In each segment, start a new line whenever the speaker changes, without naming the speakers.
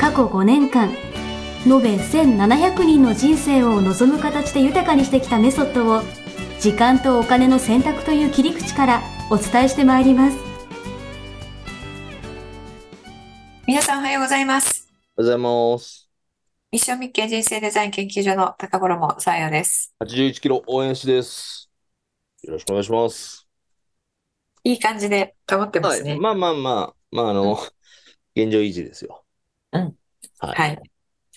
過去5年間延べ1700人の人生を望む形で豊かにしてきたメソッドを時間とお金の選択という切り口からお伝えしてまいります
皆さんおはようございます。
おはようございます。
ミッションミッケ人生デザイン研究所の高頃もさやです。
81キロ応援しです。よろしくお願いします。
いい感じで保ってますね。
まあまあまあ、まああの、現状維持ですよ。
うん。
はい。
はい。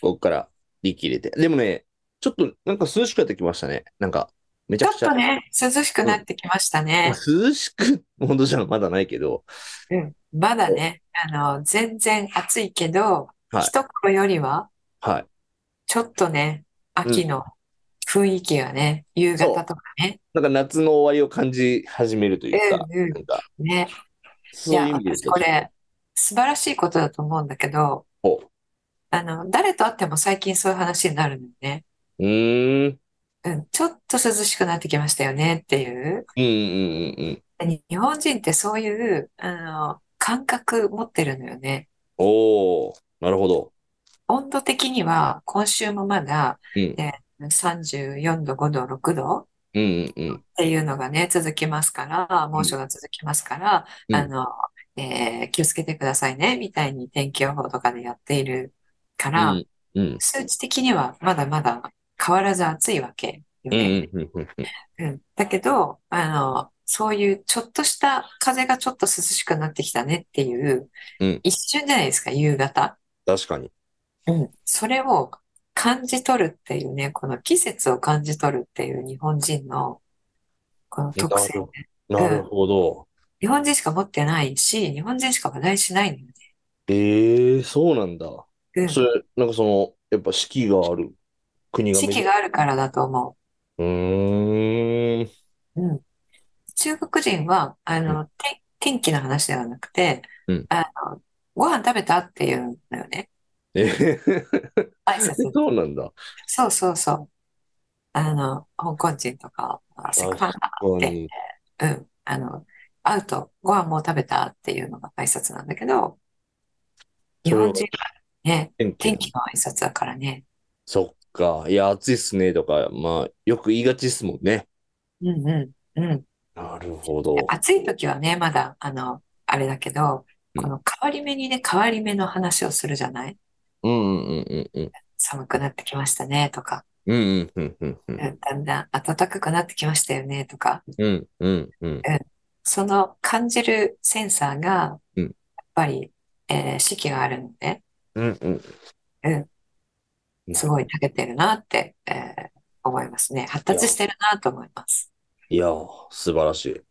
ここから力入れて。でもね、ちょっとなんか涼しくなってきましたね。なんか、めち
ち
ゃ
ょ
く
っ
ちゃ。
とね、涼しくなってきました
まあ
ね。
涼しく、本当じゃまだないけど、
うん。まだね、あの、全然暑いけど、
はい
一頃よりは、
はい。
ちょっとね、秋の雰囲気がね、夕方とかね。
なんか夏の終わりを感じ始めるというか、
うんうん
なんか、
ね。い
そういう
や、
意味で
私これ、素晴らしいことだと思うんだけど
ほう、
あの、誰と会っても最近そういう話になるのよね。
うーん。
うん、ちょっと涼しくなってきましたよねっていう。
うんうんうんうん。
に日本人ってそういう、あの、感覚持ってるのよね。
おー、なるほど。
温度的には今週もまだ
うん
34度、5度、6度
うんうんうん。
っていうのがね、続きますから、猛暑が続きますから、
うん
あの、えー気をつけてくださいね、みたいに天気予報とかでやっているか
う
ら、
んうん
数値的にはまだまだ変わらず暑いわけよ
うんう
ね。
んうんうんうん。
うん、だけど、あの、そういうちょっとした風がちょっと涼しくなってきたねっていう
うん、
一瞬じゃないですか、夕方。
確かに。
うん。それを感じ取るっていうね、この季節を感じ取るっていう日本人の、この特性ね。
なるほど。
日本人しか持ってないし、日本人しか話題しないのよね。
ええそうなんだ。
うん。
それ、なんかその、やっぱ四季がある国が
四
め
季があるからだと思う。
うーん。
うん。中国人は、あの、天天気の話ではなくて
うん、
あの、ご飯食べたっていうのよね。
ええ
挨拶
そうなんだ。
そうそうそう。あの、香港人とかは、セクファン
そう
だって、うん、あの、会うと、ご飯もう食べたっていうのが挨拶なんだけど、日本人はね、
天気
天気の挨拶だからね。
そっか。いや、暑いっすね、とか、まあ、よく言いがちっすもんね。
うんうん、うん。
なるほど。
暑い時はね、まだ、あの、あれだけど、
うん
この変わり目にね、変わり目の話をするじゃない
うんうんうんうん。
寒くなってきましたね、とか、
うんうんうんうんう。
うんんだんだん暖かくなってきましたよね、とか。
うんうんうん。
その感じるセンサーが、
うん
やっぱり、えー四季があるので、
うんうん。うん
すごい長けてるなって、えー思いますね。発達してるなと思います。
いやー、素晴らしい。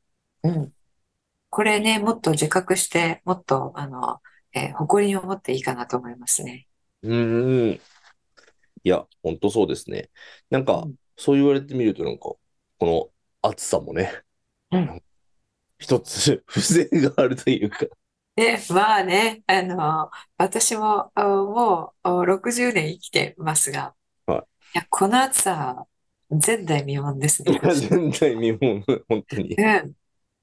うん。これね、もっと自覚して、もっと、あの、えー誇りに思っていいかなと思いますね。
うんうん。いや、ほんとそうですね。なんか、
うん
そう言われてみると、なんか、この暑さもね、
うん
一つ 不正があるというか。
で、まあね、あの、私も、あもう、お60年生きてますが、
はい
や、この暑さ、前代未聞です
い
ね。
や、全体見も本当に。
うん。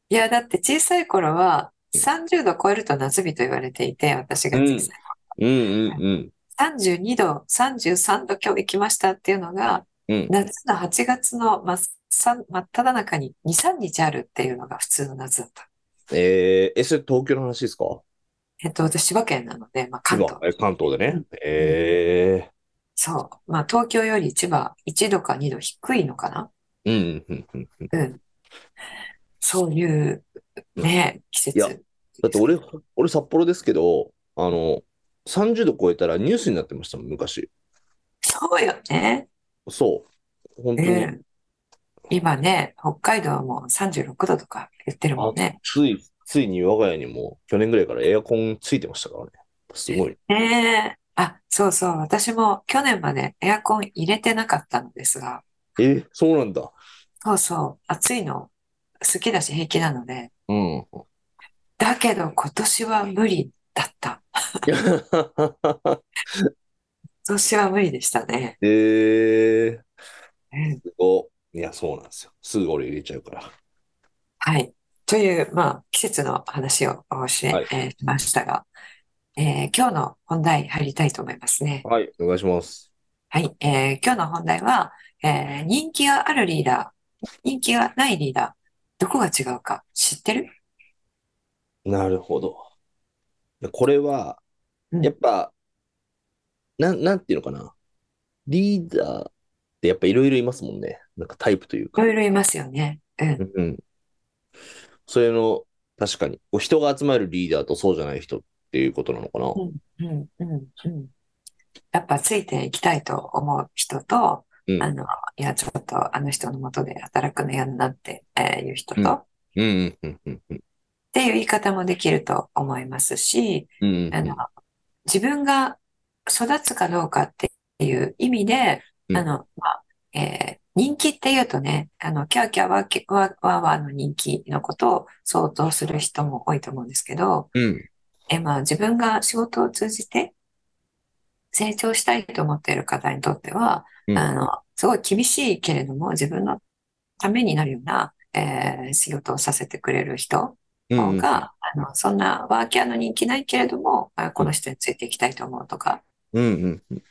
いや、だって小さい頃は30度超えると夏日と言われていて、私が小さい
うんうん
頃。32度、33度今日行きましたっていうのが、
うん。うん。
夏の8月の真っさ真っ只中に2、3日あるっていうのが普通の夏だった。
えー、え、それ東京の話ですか
えっと、私千葉県なので、まあ関東。
今え関東で
う
ね
ん。
え
そう。まあ東京より千葉1度か2度低いのかな。
ー、うんうんうんうん。
うん。そういう、ね、季
いや
節。
だって俺、俺札幌ですけど、あの、30度超えたらニュースになってましたもん、昔。
そうよね。
そう。本当に
ね今ね、北海道はもう36度とか言ってるもんね。
つい、ついに我が家にも去年ぐらいからエアコンついてましたからね。すごい。
ねえ、あ、そうそう。私も去年までエアコン入れてなかったのですが、
え、そうなんだ。
そうそう。暑いの好きだし平気なので。
うん。 い
だけど今年は無理だった。
や
今年は無理でしたね。
えー、
うん
すごいや、そうなんですよ。すぐ俺入れちゃうから。
はい。という、まあ、季節の話をし、
はい
えーしましたが、えー今日の本題入りたいと思いますね。
はい。お願いします。
はい。えー今日の本題は、えー人気があるリーダー、人気がないリーダー、どこが違うか知ってる
なるほど。これは、
うん
やっぱ、なん、なんていうのかな。リーダーってやっぱいろいろいますもんね。なんかタイプという
い
か。
ろいろいますよね。うん。
うん。それの、確かに、こう人が集まるリーダーとそうじゃない人っていうことなのかな。
うんうんうん。やっぱついていきたいと思う人と、
うん
あの、いや、ちょっとあの人のもとで働くの嫌だなってえーいう人
うん
と、っ
うんうんうんうんうん
ていう言い方もできると思いますし、
うんうん
あの、自分が育つかどうかっていう意味で、
うん
あの、まあ、えー人気っていうとね、あの、キャーキャーワーキワーワーワーの人気のことを相当する人も多いと思うんですけど、
うん
え、まあ自分が仕事を通じて成長したいと思っている方にとっては、
うん
あの、すごい厳しいけれども、自分のためになるような、えー仕事をさせてくれる人
うんうん
が、あの、そんなワーキャーの人気ないけれども、あこの人についていきたいと思うとか、
うんうん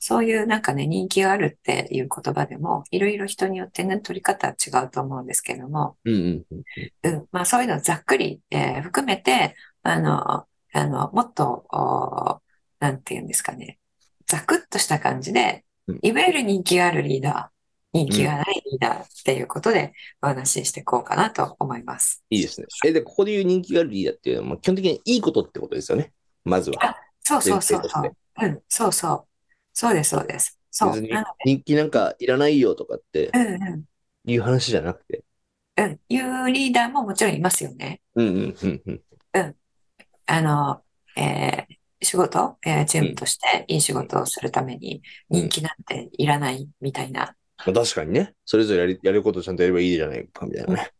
そういうなんかね、人気があるっていう言葉でも、いろいろ人によってね、取り方は違うと思うんですけれども、
うんうんうん
うん、まあそういうのをざっくり、えー含めて、あの、あの、もっと、おーなんて言うんですかね。ざくっとした感じで
うん、
いわゆる人気があるリーダー、人気がないリーダーっていうことでお話ししていこうかなと思います。
いいですね。え、で、ここで言う人気があるリーダーっていうのは、まあ基本的にいいことってことですよね。まずは。
そうそうそうそ
前提として
う。うん、そうそう。そうです、そうです。そう。
別に
なの
人気なんかいらないよとかって
で、うんうん、
いう話じゃなくて。
うん、いうリーダーももちろんいますよね。
うんうんうんうん。
あの、えー仕事、えーチームとしていい仕事をするために
うん
人気なんていらないみたいな。
まあ確かにね。それぞれやりやることをちゃんとやればいいじゃないかみたいなね。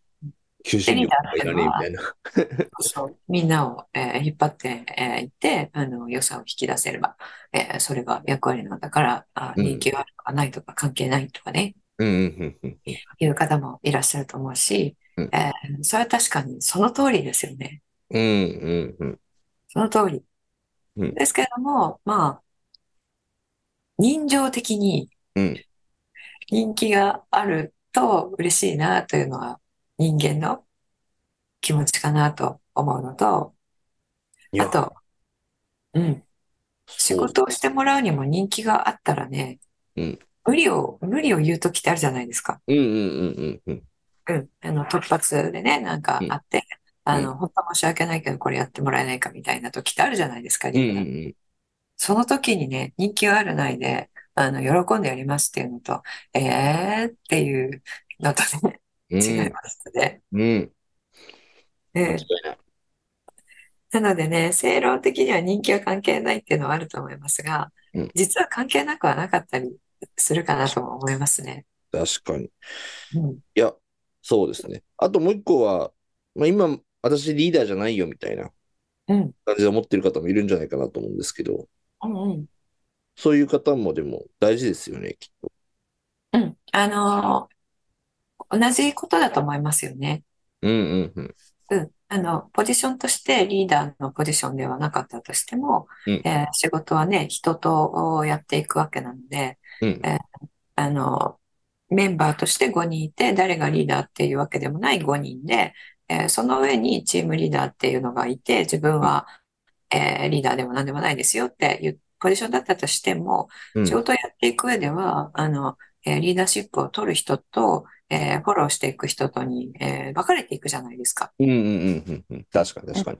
求心力がいらねえみたいな。
みんなを、えー引っ張ってい、えーいって、あの、良さを引き出せれば、えーそれが役割なんだから、あ、
うん
人気があるとかないとか関係ないとかね、
うんうんうんうん。
いう方もいらっしゃると思うし、
うん
えーそれは確かにその通りですよね。
うんうんうん。
その通り。
うん
ですけれども、まあ、人情的に
うん
人気があると嬉しいなというのは人間の気持ちかなと思うのと、
い
あ
や、
と、うん、仕事をしてもらうにも人気があったらね
うん、
無理を、無理を言う時ってあるじゃないですか。
うんうんうんうんうん。
うん、あの突発でね、なんかあって、
ん
あの、本当は申し訳ないけどこれやってもらえないかみたいな時ってあるじゃないですか、
うん
リーダー
うん
その時にね、人気があるないで、あの、喜んでやりますっていうのと、えーっていうのとね、
うん。
違いますので。
うん。うん。
う
間
ん
違いない。
なのでね、正論的には人気は関係ないっていうのはあると思いますが
うん、
実は関係なくはなかったりするかなとも思いますね。
確かに。
うん。
いや、そうですね。あともう一個は、まあ、今、私リーダーじゃないよみたいな
うん。
感じで思ってる方もいるんじゃないかなと思うんですけど、
うんうん。
そういう方もでも大事ですよね、きっと。
うん。あのー同じことだと思いますよね。
うんうんうん。
うん。あの、ポジションとしてリーダーのポジションではなかったとしても、
うん
えー仕事はね、人とやっていくわけなので、
うん
あの、メンバーとして5人いて、誰がリーダーっていうわけでもない5人で、えーその上にチームリーダーっていうのがいて、自分は、えーリーダーでも何でもないですよっていうポジションだったとしても、
うん
仕事をやっていく上では、あの、えーリーダーシップを取る人と、えーフォローしていく人とに、えー分かれていくじゃないですか。
うんうんうんうんうん。確かに確かに。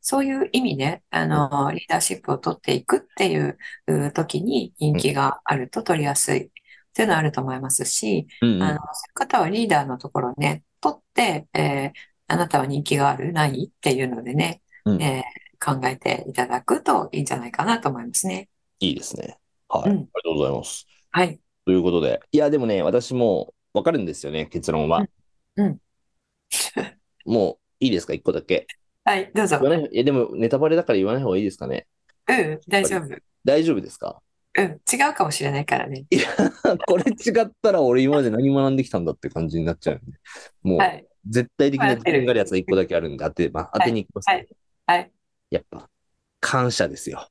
そういう意味で、あの、リーダーシップを取っていくっていうう時に人気があると取りやすいっていうのはあると思いますし、
うんう
あの、そう
ん
いう方はリーダーのところをね、取って、えーあなたは人気があるないっていうのでね、
うん
えー考えていただくといいんじゃないかなと思いますね。
いいですね。はい。
うん
ありがとうございます。
はい。
ということで、いや、でもね、私もわかるんですよね、結論は。
うんうん
もう、いいですか、一個だけ。
はい、どうぞ。
言わない、え、でも、ネタバレだから言わない方がいいですかね。
うん、大丈夫。うん、
大丈夫ですか
違うかもしれないからね。
これ違ったら俺今まで何学んできたんだって感じになっちゃうんで。もう
は、い。
絶対的な時間があるやつが一個だけあるんで、当て、まあ、当てに行きますね。
はいはい
やっぱ、感謝ですよ。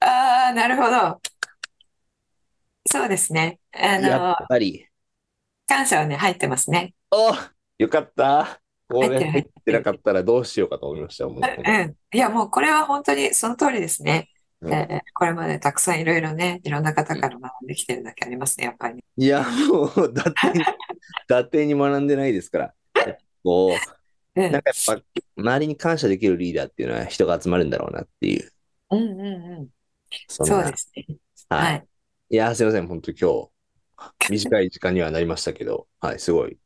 ああ、なるほど。そうですね。あ
や
の
っ、ぱり。
感謝はね、入ってますね。
およかった。こ
入って
れ
る
入ってなかったらどうしようかと思いました。もう
うん。いや、もうこれは本当にその通りですね。
うん
えーこれまでたくさんいろいろね、いろんな方から学んできてるだけありますね、やっぱりね。
いや、も う、伊達に、伊達に学んでないですから。 こ
う
う、なん
ん。
かやっぱ、周りに感謝できるリーダーっていうのは人が集まるんだろうなっていう。
うんうんうん。
そん
そう
な
ですね。
はい。
はい
い、や、すいません。本当今日、短い時間にはなりましたけど、はい、すごい、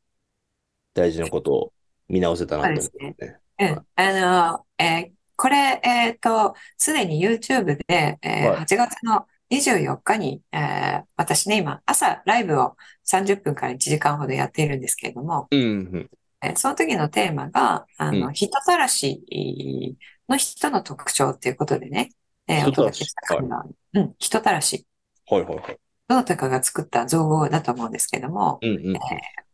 大事なことを見直せたなと思ってますね。
うん、あの、えーこれ、えっと、すでに YouTube で、えー
はい
8月の24日に、えー私ね、今、朝ライブを30分から1時間ほどやっているんですけれども、
うん、うん。
えーその時のテーマが、あ
う
の、人たらしの人の特徴ということでね、えーお
人たら
届
し
けした回が、うん、人たらし、
はいはいはい。
どなたかが作った造語だと思うんですけども、
うん、うん。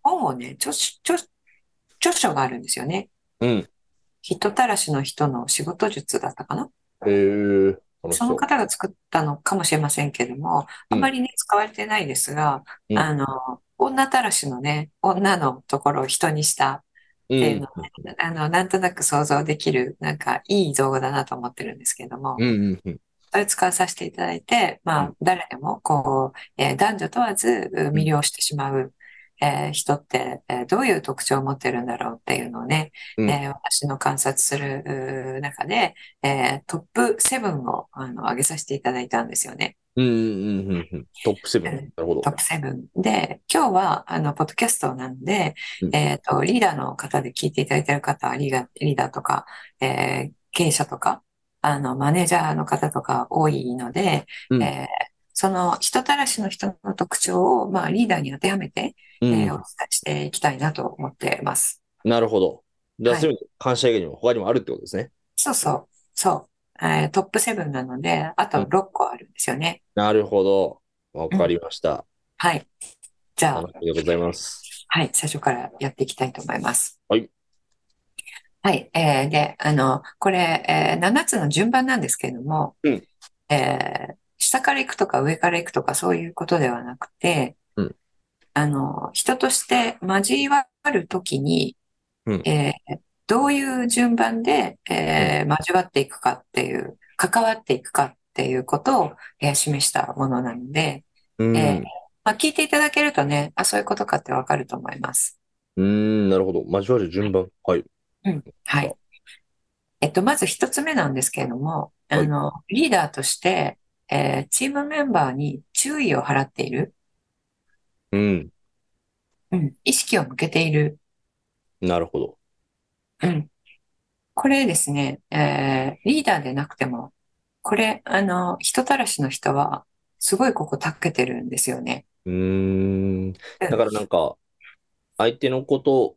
本をね、著書、著、著書があるんですよね。
うん。
人たらしの人の仕事術だったかな
えー、楽し
そ
そう
の。方が作ったのかもしれませんけども、
うん
あまりね、使われてないですが、
うん
あの、女たらしのね、女のところを人にした
う
っていうの
ん
は、ねあの、なんとなく想像できる、なんかいい造語だなと思ってるんですけども、
うん、うん、うん。
それ使わさせていただいて、ま
う
あ、誰でも、こう、えー男女問わずう魅了してしまう、えー人って、えーどういう特徴を持ってるんだろうっていうのをね、
うん
えー私の観察するう中で、えートップ7をあの上げさせていただいたんですよね。
うんうんうんうん。トップセブン。なるほど
ト。ップ7。で、今日は、あの、ポッドキャストなんで、
うん
えっと、リーダーの方で聞いていただいてる方は、リーダー、リーダーとか、えー経営者とか、あの、マネージャーの方とか多いので、
うん
えーその人たらしの人の特徴を、まあ、リーダーに当てはめて、
う
えーお
ん
伝えしていきたいなと思ってます。
なるほど。じゃあ、
はい
そういう意味で感謝以外にも他にもあるってことですね。
そうそう、そう。えートップ7なので、あと
うん
6個あるんですよね。
なるほど。わかりました。
はい。じゃ
あ
あ
り、がとうございます。
はい、最初からやっていきたいと思います。
はい。
はい、えーで、あの、これ、え7つの順番なんですけれども、
うん
えー下から行くとか上から行くとかそういうことではなくて、
うん
あの、人として交わるときに、
うん
えーどういう順番で、えー交わっていくかっていう、関わっていくかっていうことを、えー示したものなので、
うん。
えまあ、聞いていただけるとね、あ、そういうことかってわかると思います。
うん、なるほど。交わる順番。はい。
は
そ
い。えっと、まず一つ目なんですけれども、
は
あ
い
の、リーダーとして、えーチームメンバーに注意を払っている、
うん。
うん、意識を向けている、
なるほど。
うん。これですね、えーリーダーでなくても、これ、あの、人たらしの人は、すごいここ長けてるんですよね。
うーん。 だからなんか、相手のこと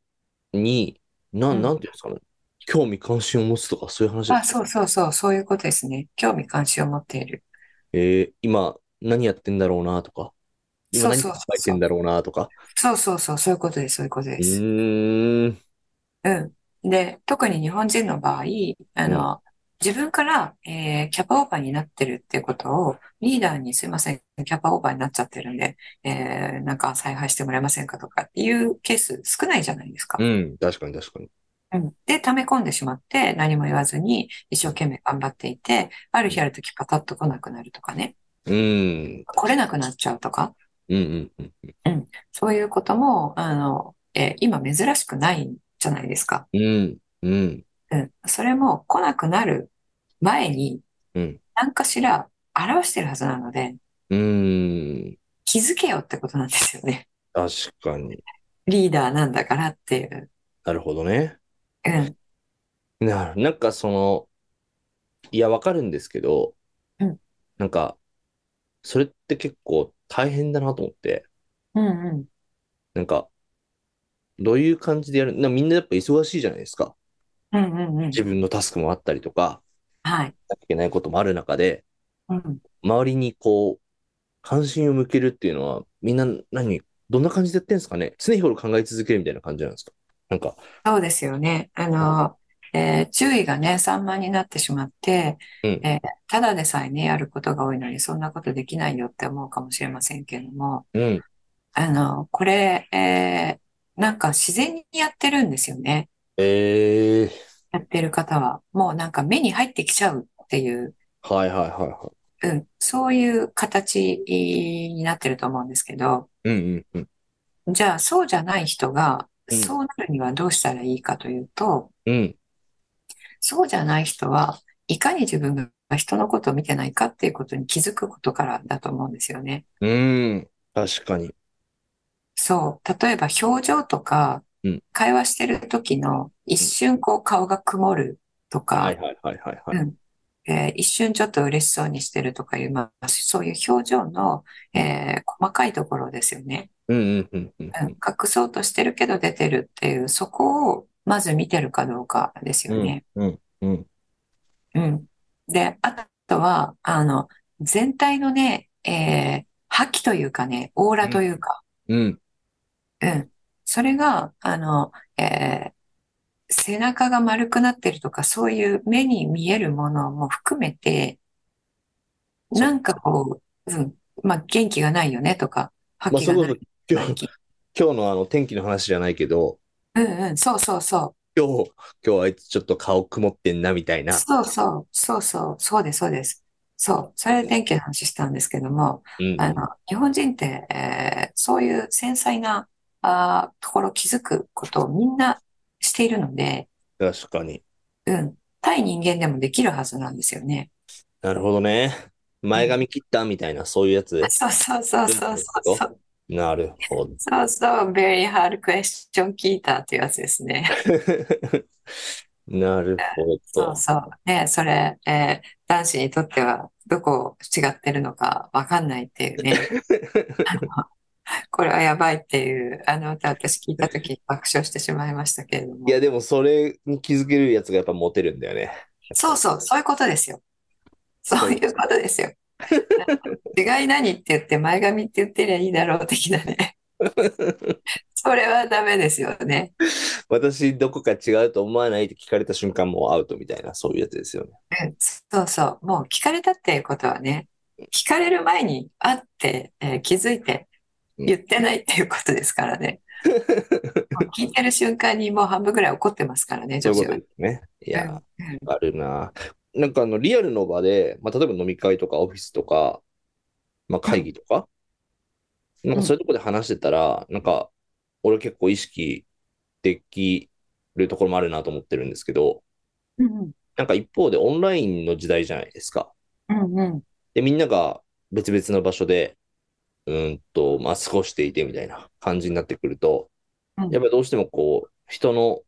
に、な
うん
ん、なんていうんですかね。興味関心を持つとか、そういう話
あ、そうそうそう、そういうことですね。興味関心を持っている。
えー今、何やってんだろうなとか、今
そう
何
そう
考えてんだろうなとか。
そうそうそう、そういうことです、そういうことで
う
す。
ーん。
うん。で、特に日本人の場合、あの、自分から、えーキャパオーバーになってるっていうことを、リーダーにすいません、キャパオーバーになっちゃってるんで、えーなんか再配してもらえませんかとかっていうケース少ないじゃないですか。
うん。確かに確かに。
うんで、溜め込んでしまって、何も言わずに、一生懸命頑張っていて、ある日ある時パタッと来なくなるとかね、
うん。
来れなくなっちゃうとか、
うんうんうん。
そういうことも、あの、えー今珍しくないじゃないですか。
うん。うん。
うん、それも来なくなる前に
うん。
何かしら表してるはずなので
うん。
気づけよってことなんですよね。
確かに。
リーダーなんだからっていう。
なるほどね。
うん、
なる、なんかその、いや、わかるんですけど、
うん
なんか、それって結構大変だなと思って、
うんうん。
なんか、どういう感じでやるなんかみんなやっぱ忙しいじゃないですか。
うんうんうん。
自分のタスクもあったりとか、
はい。
やっなきゃいけないこともある中で、
うん。
周りにこう、関心を向けるっていうのは、みんな何、どんな感じでやってんですかね常日頃考え続けるみたいな感じなんですかなんか、
そうですよね。あの、えー注意がね、散漫になってしまって、
うん
えーただでさえね、やることが多いのに、そんなことできないよって思うかもしれませんけれども、
うん、
あの、これ、えーなんか自然にやってるんですよね。
ええ
やってる方は。もうなんか目に入ってきちゃうっていう、
はいはいはいは
うん、そういう形になってると思うんですけど、
い。うんうんうん。
じゃあそうじゃない人が、
うん
そうなるにはどうしたらいいかというと、
うん。
そうじゃない人はいかに自分が人のことを見てないかっていうことに気づくことからだと思うんですよね。
うん。確かに。
そう。例えば表情とか
うん、
会話してる時の一瞬こう顔が曇ると
は
か
い、はいはいはいは
う
い。
んえー一瞬ちょっと嬉しそうにしてるとかいう、まあ、そういう表情の、えー細かいところですよね。
うんうんうんう
うん
ん
隠そうとしてるけど出てるっていう、そこをまず見てるかどうかですよね。
うん。うん
う
うん。
ん。で、あとは、あの、全体のね、えー、覇気というかね、オーラというか、
うん。
うん。それが、あの、えー背中が丸くなってるとか、そういう目に見えるものも含めて、なんかこう、うん、まあ、元気がないよねとか、覇
まあ、
気
そ
がな
れこそ
い、
今
最
日、
近
今日のあの天気の話じゃないけど、
うんうん、そうそうそ。
今日、今日あいつちょっと顔曇ってんなみたいうな。
そうそう、そうそう、そうです、そうです。そう。それで天気の話したんですけども、
うん。
あの、日本人って、えーそういう繊細な、あーところを気づくことをみんなしているので、
確かに。
うん、対人間でもできるはずなんですよね。
なるほどね。前髪切ったみたいな、そういうやつ。
そうそうそうそうそうそう。
なるほど。
そうそう、very hard question 聞いたっていうやつですね。
なるほ
そ
ど
う。そう。ね、それ、えー男子にとってはどこを違ってるのかわかんないっていうね。 あのこれはやばいっていう、あの歌私聞いた時爆笑してしまいましたけれども
い。や、でもそれに気づけるやつがやっぱモテるんだよね。
そうそう、そういうことですよ。そういうことです よ。違い何って言って、前髪って言ってりゃいいだろう的なね。それはダメですよね。
私、どこか違うと思わないって聞かれた瞬間、もうアウトみたいな、そういうやつですよね。
うんそうそう。もう聞かれたっていうことはね、聞かれる前に会って、えー気づいて言ってないっていうことですから ね。もう聞いてる瞬間にもう半分ぐらい怒ってますからね、
そう
女
いう
子
こと
は。
ですね。いや、わ
うんうん
かるな。なんかあの、リアルの場で、まあ、例えば飲み会とかオフィスとか、まあ、会議とか、なんかそういうとこで話してたら、なんか、俺結構意識できるところもあるなと思ってるんですけど、
うん
なんか一方でオンラインの時代じゃないですか。
うんうん
で、みんなが別々の場所で、うーんと、まあ、過ごしていてみたいな感じになってくると、
うん
やっぱりどうしてもこう、人の、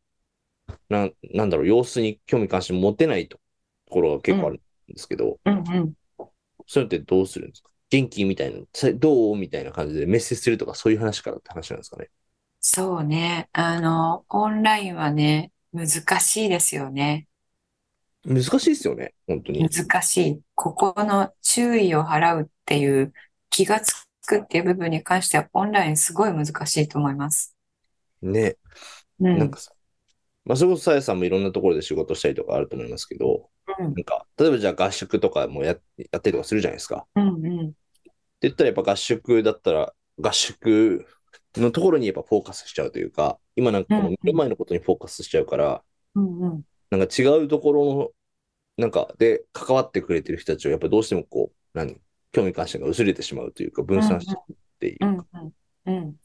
なん、なんだろう、様子に興味関心持てないところが結構あるんですけど、
うんうん。
そういうのってどうするんですか元気みたいな、さどうみたいな感じでメッセージするとかそういう話からって話なんですかね。
そうね。あの、オンラインはね、難しいですよね。
難しいですよね、本当に。
難しい。ここの注意を払うっていう気がつくっていう部分に関してはオンラインすごい難しいと思います。
ね。
う
なん
ん。
かさ、まあ、それこそさやさんもいろんなところで仕事したりとかあると思いますけど、
うん
なんか、例えばじゃあ合宿とかもや、やったりとかするじゃないですか。
うんうん。
って言ったらやっぱ合宿だったら合宿のところにやっぱフォーカスしちゃうというか今なんかもう目の前のことにフォーカスしちゃうから、
うんうん。
なんか違うところのなんかで関わってくれてる人たちをやっぱどうしてもこう何興味関心が薄れてしまうというか分散してってい
う、
う
んうん。うん。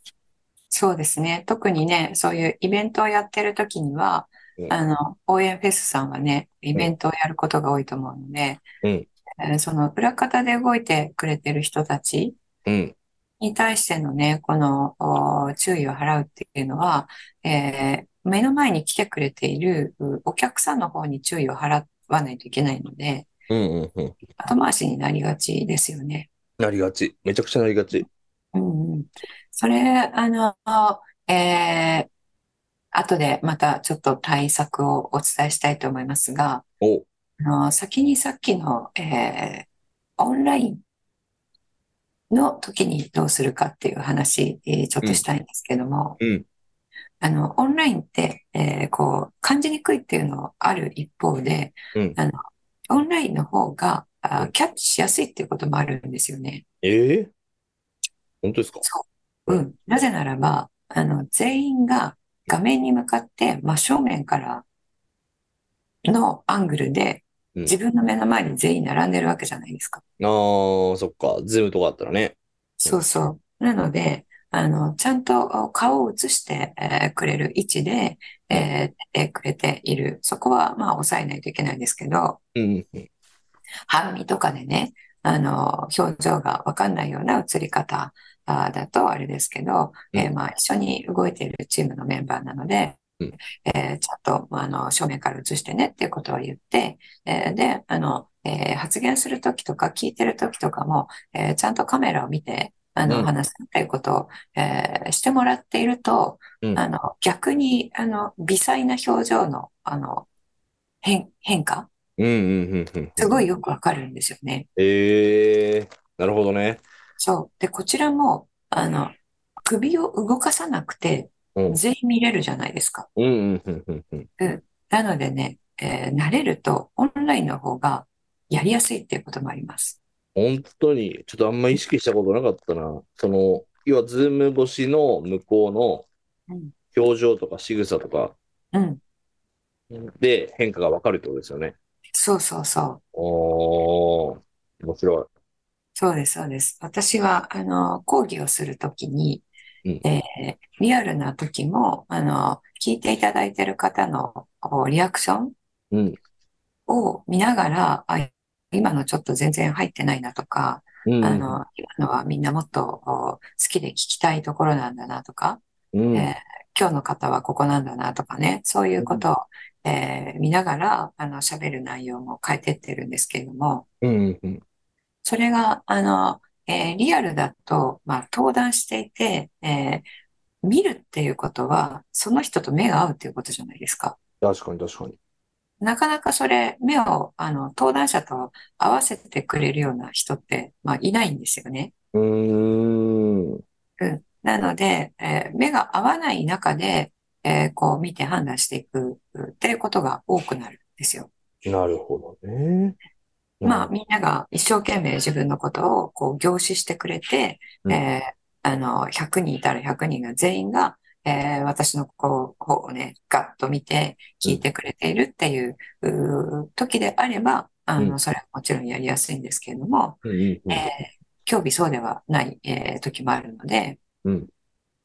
そうですね。特にね、そういうイベントをやってる時には
う、ん
あの、応援フェスさんはね、イベントをやることが多いと思うので、
うん
えーその裏方で動いてくれてる人たち、
うん
に対してのね、このお注意を払うっていうのは、えー目の前に来てくれているうお客さんの方に注意を払っわないといけないので、
うんうんうん。
後回しになりがちですよね。
なりがち。めちゃくちゃなりがち。
うんうん。それ、あの、えー、後でまたちょっと対策をお伝えしたいと思いますが、
お、
あの、先にさっきの、えー、オンラインの時にどうするかっていう話、えーちょっとしたいんですけども、
うん。
あの、オンラインって、えーこう、感じにくいっていうのある一方で、
うん
あの、オンラインの方が、
う
あ、
ん
キャッチしやすいっていうこともあるんですよね。
ええ本当ですか
そう。うん。なぜならば、あの、全員が画面に向かって真正面からのアングルで、
うん
自分の目の前に全員並んでるわけじゃないですか。
あー、そっか。ズームとかあったらね。
そうそう。なので、あの、ちゃんと顔を映して、えーくれる位置で、えー出てくれている。そこは、まあ、抑えないといけないんですけど、
うんうん。
半身とかでね、あの、表情がわかんないような映り方あーだとあれですけど、
うん
えーまあ、一緒に動いているチームのメンバーなので、
うん
えーちゃんと、まああの、正面から映してねっていうことを言って、えーで、あの、えー発言するときとか聞いてるときとかも、えーちゃんとカメラを見て、あ
う
の、
ん
話すっていうことを、えーしてもらっていると、
うん
あの、逆に、あの、微細な表情の、あの、変、変化
うんうんうんうん。
すごいよくわかるんですよね。
ええなるほどね。
そう。で、こちらも、あの、首を動かさなくて、
うん
全員見れるじゃないですか。
うんうんうんうんうん。
なのでね、えー慣れると、オンラインの方がやりやすいっていうこともあります。
本当に、ちょっとあんま意識したことなかったな。その、要はズーム越しの向こうの
うん。
表情とか仕草とか
うん。
で変化がわかるってことですよね。
そうそうそう。
おー、面白
そうです、そうです。私は、あの、講義をするときに、
うん
えーリアルな時も、あの、聞いていただいている方のおリアクション
い。うん。
を見ながら、あ、今のちょっと全然入ってないなとか、
うん。
あの、今のはみんなもっとお好きで聞きたいところなんだなとか、
うん。
えー今日の方はここなんだなとかね、そういうことを、えー見ながら、あの、喋る内容も変えてってるんですけれども、
うんうん。
それが、あの、えーリアルだと、まあ、登壇していて、えー見るっていうことは、その人と目が合うっていうことじゃないですか。
確かに確かに。
なかなかそれ、目を、あの、登壇者と合わせてくれるような人って、まあ、いないんですよね。
うーん。
うん。なので、えー目が合わない中で、えーこう見て判断していくっていうことが多くなるんですよ。
なるほどね。
まあ、みんなが一生懸命自分のことをこう凝視してくれて、
うん
えーあの、100人いたら100人が全員が、えー私のこう方をね、ガッと見て聞いてくれているっていう、うー時であれば、あ
う
の、それはもちろんやりやすいんですけれども、
うんうんうん
えー競技そうではない、えー時もあるので、
うん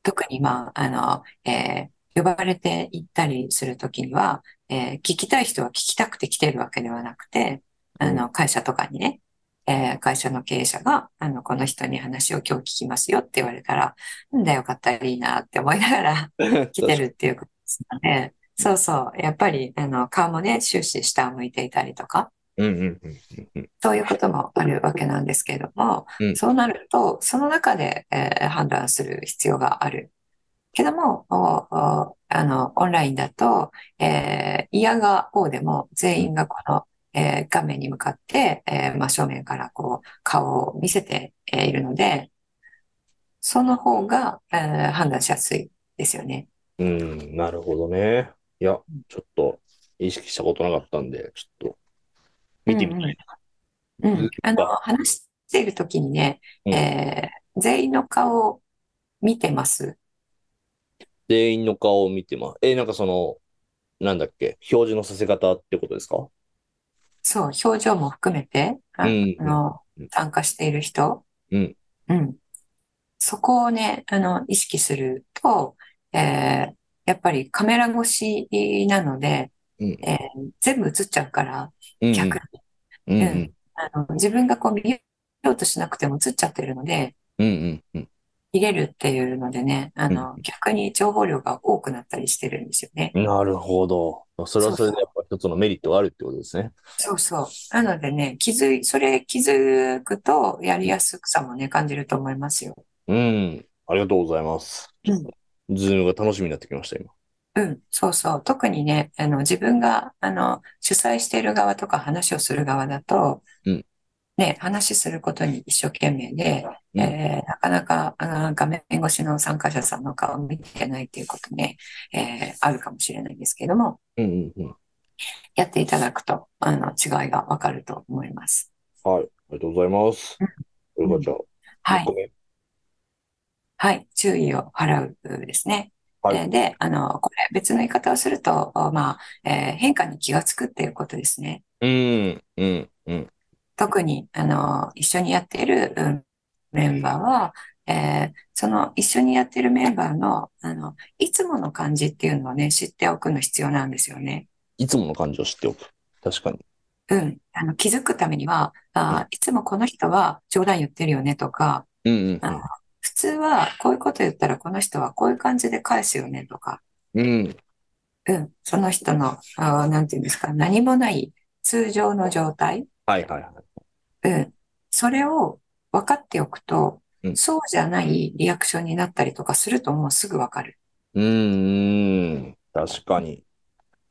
特に、まあ、あの、えー呼ばれて行ったりするときには、えー聞きたい人は聞きたくて来てるわけではなくて、あの、会社とかにね、えー会社の経営者が、あの、この人に話を今日聞きますよって言われたら、んだよかったらいいなって思いながら 来てるっていうことですので、そうそう、やっぱり、あの、顔もね、終始下を向いていたりとか、
うんうんうんうん
そういうこともあるわけなんですけれども、
うん
そうなると、その中で、えー判断する必要がある。けども、おおあの、オンラインだと、えー、嫌が応でも全員がこの、えー画面に向かって、えー真正面からこう、顔を見せてえーいるので、その方が、えー判断しやすいですよね。
うん。うん、なるほどね。いや、ちょっと意識したことなかったんで、ちょっと見てみたいな。
う
うん
ん、あの、話しているときにね、
うん
えー全員の顔を見てます。
全員の顔を見てます。え、なんかその、なんだっけ、表示のさせ方ってことですか
そう、表情も含めて、あ
うん
あの
うん、
参加している人。
うん。
うん。そこをね、あの、意識すると、えーやっぱりカメラ越しなので、
うん
えー全部映っちゃうから、
うん
逆に、
うん
うんあの、自分がこう見ようとしなくても映っちゃってるので、
うんうんうん
入れるっていうのでね、あの、逆に情報量が多くなったりしてるんですよね。
なるほど。それはそれでやっぱ一つのメリットがあるってことですね。
そうそう。なのでね、気づい、それ気づくと、やりやすさもね、感じると思いますよ。
うん。ありがとうございます。
うん
ズームが楽しみになってきました、今。
うん、そうそう。特にね、あの、自分が、あの、主催している側とか話をする側だと
うん、
ね、話することに一生懸命で、
うん
えーなかなか、あの画面越しの参加者さんの顔を見てないっていうことね、えーあるかもしれないんですけども、
うんうんうん。
やっていただくと、あの、違いがわかると思います。
はい。ありがとうございます。これがじゃあ、
は
1
い
個。目。
はい。注意を払うですね。
はい
えーで、あの、これ別の言い方をすると、まあ、えー変化に気がつくっていうことですね。
うん、うん、うん。
特に、あの、一緒にやっている、うんメンバーは、えーその一緒にやってるメンバーの、あの、いつもの感じっていうのをね、知っておくの必要なんですよね。
いつもの感じを知っておく。確かに。
うん。あの、気づくためには、あー、いつもこの人は冗談言ってるよねとか、
うん、うん
あ普通はこういうこと言ったらこの人はこういう感じで返すよねとか、
うん、うん。
うん。その人の、あー、なんていうんですか、何もない通常の状態
はい、はい、はい。
うん。それを分かっておくと
う、ん
そうじゃないリアクションになったりとかするともうすぐ分かる。
うん、うん。確かに。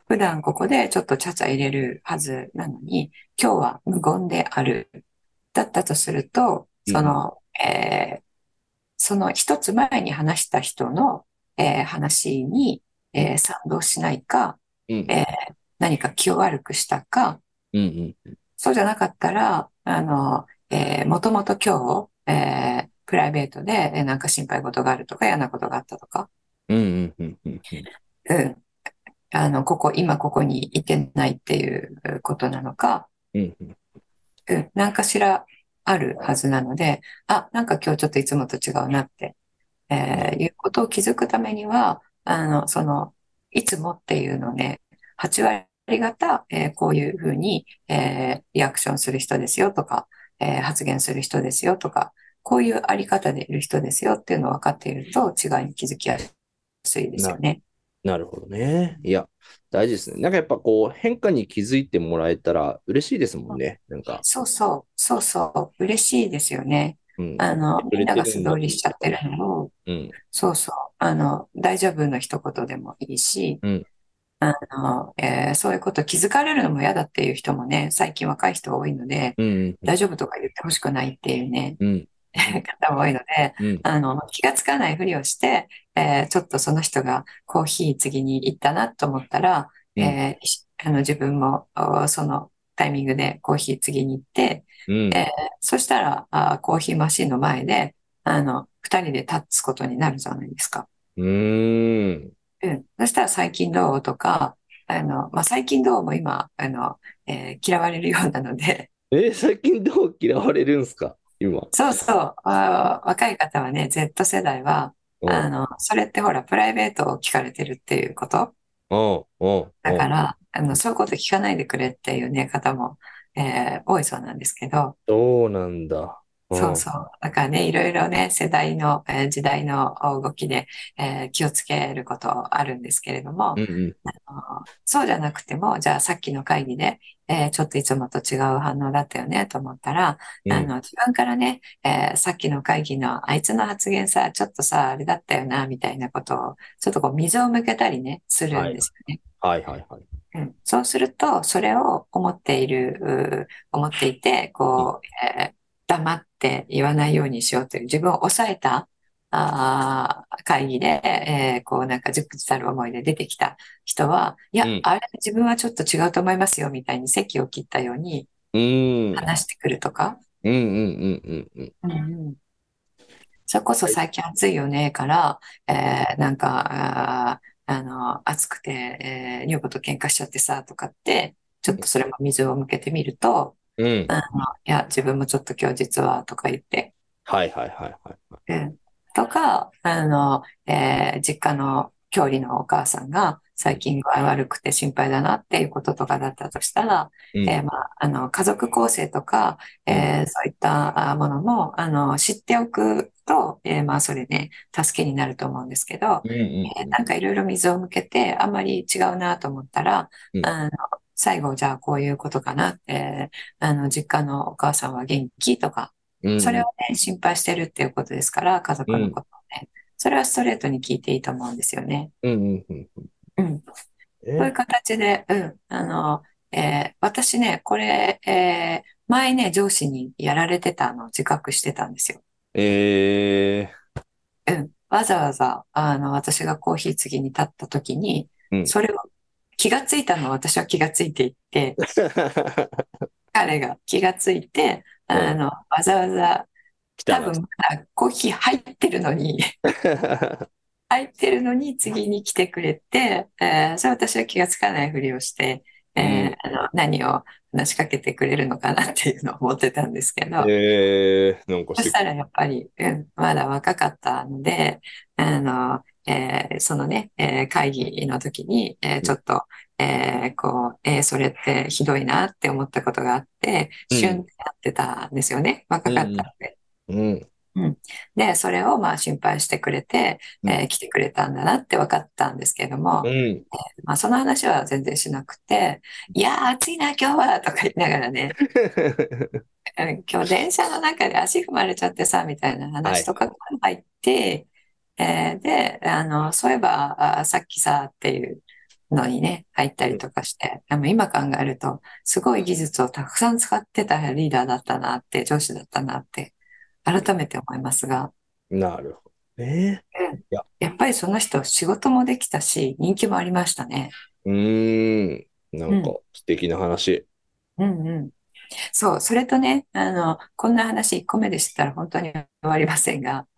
普段ここでちょっとちゃちゃ入れるはずなのに、今日は無言である。だったとすると、
うん
その、えーその一つ前に話した人の、えー話に、えー賛同しないか、
うん、
え何か気を悪くしたか、
うん、うん。
そうじゃなかったら、あの、えー、もともと今日、えー、プライベートで、えーなんか心配事があるとか嫌なことがあったとか、
うん、うん、うん、うん。
うん。あの、ここ、今ここにいてないっていうことなのか、
うん、うん。
うん、なんかしらあるはずなので、あ、なんか今日ちょっといつもと違うなって、えーいうことを気づくためには、あの、その、いつもっていうのをね、8割方、えーこういうふうに、えーリアクションする人ですよとか、えー発言する人ですよとか、こういうあり方でいる人ですよっていうのを分かっていると違いに気づきやすいですよね。
なるほどね。いや、大事ですね。なんかやっぱこう、変化に気づいてもらえたら嬉しいですもんね。なんか、
そうそう、そうそう、嬉しいですよね。
うん、
あの、
触
みん
れて
な
るんだ
が素通りしちゃってるのを、
うん、
そうそう。あの、大丈夫の一言でもいいし
うん、
あの、えーそういうこと気づかれるのも嫌だっていう人もね、最近若い人多いので、
うん、
大丈夫とか言ってほしくないっていうね、
うん、
方も多いので、
うん、
あの、気がつかないふりをして、えーちょっとその人がコーヒー次に行ったなと思ったら、
うん
えーしあの、自分も、あーそのタイミングでコーヒー次に行って、
うん。
そしたら、あーコーヒーマシンの前で、あの、二人で立つことになるじゃないですか。
うーん。
うん。そしたら最近どうとか、あの、まあ、最近どうも今、あの、えー嫌われるようなので、
えー最近どう嫌われるんすか今。
そうそう、あー若い方はね、Z 世代は、
うん、
あの、それってほら、プライベートを聞かれてるっていうこと。
うん、うん、
だから、あの、そういうこと聞かないでくれっていうね、方も、えー多いそうなんですけど、
そうなんだ。うん
そうそう。だからね、いろいろね、世代の、えー時代の動きで、えー気をつけることあるんですけれども、
うんうん
あーそうじゃなくても、じゃあさっきの会議で、えーちょっといつもと違う反応だったよねと思ったら、
うん
あの、自分からね、えーさっきの会議のあいつの発言さ、ちょっとさ、あれだったよな、みたいなことを、ちょっとこう、溝を向けたりね、するんですよね。
はいはいはい。
うん、そうすると、それを思っている、うー思っていて、こう、えー黙って言わないようにしようという、自分を抑えた、あー会議で、えーこう、なんか、熟知たる思いで出てきた人は、いや
うん、
あれ、自分はちょっと違うと思いますよ、みたいに席を切ったように
うーん。
話してくるとか、
うんうんうんうんうん。
うんそれこそ最近暑いよねから、えーなんか、あー、あの、暑くて、えー女房と喧嘩しちゃってさ、とかって、ちょっとそれも水を向けてみると、
うん。
あの、いや、自分もちょっと今日実は、とか言って、
はいはいはいはい。
うんとか、あの、えー実家の郷里のお母さんが、最近具合悪くて心配だなっていうこととかだったとしたら、
うん
えーまあ、あの、家族構成とか、えーそういったあものも、あの、知っておくと、えーまあ、それね、助けになると思うんですけど、
うんうん
えーなんかいろいろ水を向けて、あんまり違うなと思ったら、
うん
あの、最後、じゃあこういうことかなって、あの、実家のお母さんは元気とか、
うん
それをね、心配してるっていうことですから、家族のことをね。それはストレートに聞いていいと思うんですよね。
うんうんうん
うん。
え
そういう形で、うん。あの、えー私ね、これ、えー前ね、上司にやられてたのを自覚してたんですよ。
え
うん。わざわざ、あの、私がコーヒー次に立った時に
う、ん
それを気がついたのを私は気がついていて、
ー
彼が気がついて、あの、わざわざ、
来
多
たな
分まだコーヒー入ってるの に、入ってるのに次に来てくれて、えーそれ私は気がつかないふりをして、えーあの、何を話しかけてくれるのかなっていうのを思ってたんですけど、
えー、なんか
そ
して
したらやっぱり、うん、まだ若かったので、あの、えーそのね、えー会議の時に、えーちょっと、えーこう、えーそれってひどいなって思ったことがあって、
うん
旬ってなってたんですよね。若かったので。
うん。
で、それをまあ心配してくれて、えー来てくれたんだなって分かったんですけども
う、ん。
まあその話は全然しなくて、いやー暑いな今日はとか言いながらね、 うん今日電車の中で足踏まれちゃってさ、みたいな話とかが入って、えーで、あの、そういえば、あさっきさ、っていうのにね、入ったりとかして、でも今考えると、すごい技術をたくさん使ってたリーダーだったなって、上司だったなって、改めて思いますが、
なるほどね。
やっぱりその人、仕事もできたし、人気もありましたね。
うーん。なんか素敵な話。
うんうん。そう、それとね、あの、こんな話1個目でしたら本当に終わりませんが、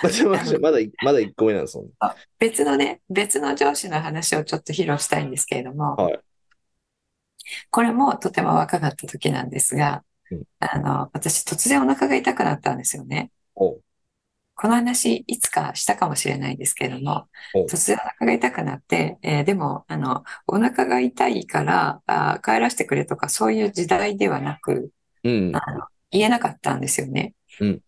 まだまだ、まだ1個目なんですもん。
別のね、別の上司の話をちょっと披露したいんですけれども、
はい
これもとても若かった時なんですが
うん、
あの、私突然お腹が痛くなったんですよね。
おう
この話いつかしたかもしれないですけれども
お、
突然お腹が痛くなって、えーでも、あの、お腹が痛いから、あー帰らせてくれとかそういう時代ではなく、
うん。
あの言えなかったんですよね。
うん
うん